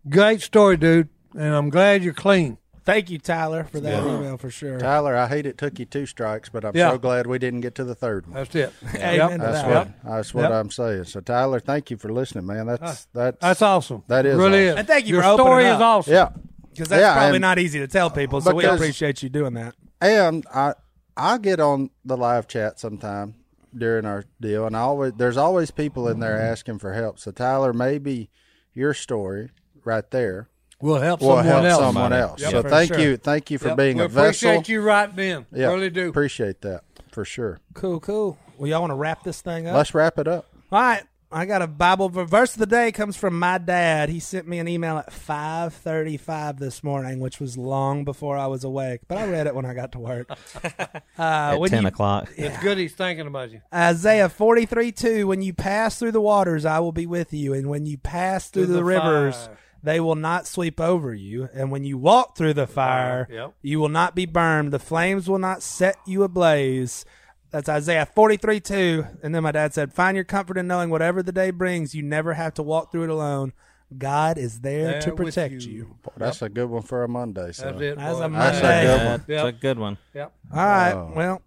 Great story, dude, and I'm glad you're clean.
thank you, Tyler, for that email for sure.
Tyler, I hate it took you two strikes, but I'm
Yeah.
so glad we didn't get to the third one.
That's it.
Amen to
Yep.
That's
that.
what that's what
Yep.
I'm saying. So Tyler, thank you for listening, man. That's that's
That's awesome.
That is awesome.
really is.
And thank you
Your
for opening
story
up.
is awesome.
yeah.
Because that's
Yeah,
probably
and-
not easy to tell people. So we
Because-
appreciate you doing that.
And I I get on the live chat sometime during our deal, and I always there's always people in there asking for help. So Tyler, maybe your story right there
We'll help
will
someone
help
else.
someone else.
Yep,
so
for
thank
sure.
you, thank you for
Yep.
being
we
a vessel.
appreciate you right then.
Yeah,
Really do.
appreciate that for sure.
Cool, cool. Well, y'all want to wrap this thing up?
Let's wrap it up.
All right. I got a Bible ver- verse of the day comes from my dad. He sent me an email at 5:35 this morning, which was long before I was awake, but I read it when I got to work. Uh,
at
when
ten
you-
o'clock.
It's good he's thinking about you.
Isaiah 43 2 When you pass through the waters, I will be with you. And when you pass through,
Through
the,
the
rivers,
fire.
they will not sweep over you. And when you walk through the fire,
yep.
you will not be burned. The flames will not set you ablaze. That's Isaiah 43 2. And then my dad said, Find your comfort in knowing whatever the day brings, you never have to walk through it alone. God is there,
There
to
with
protect you.
you.
Boy, that's a good one for a Monday. So.
That's it.
That's
boy.
a
That's
Monday.
it.
good
That's
Yep.
a good one.
Yep.
All right.
Oh.
Well,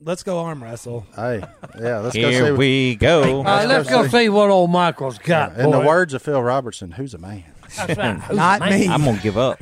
let's go arm wrestle.
Hey, yeah, let's go see.
Here
what-
we go.
All right, let's go see what old Michael's got.
in the
boy.
words of Phil Robertson, who's a man?
That's right.
Not me.
I'm gonna give up.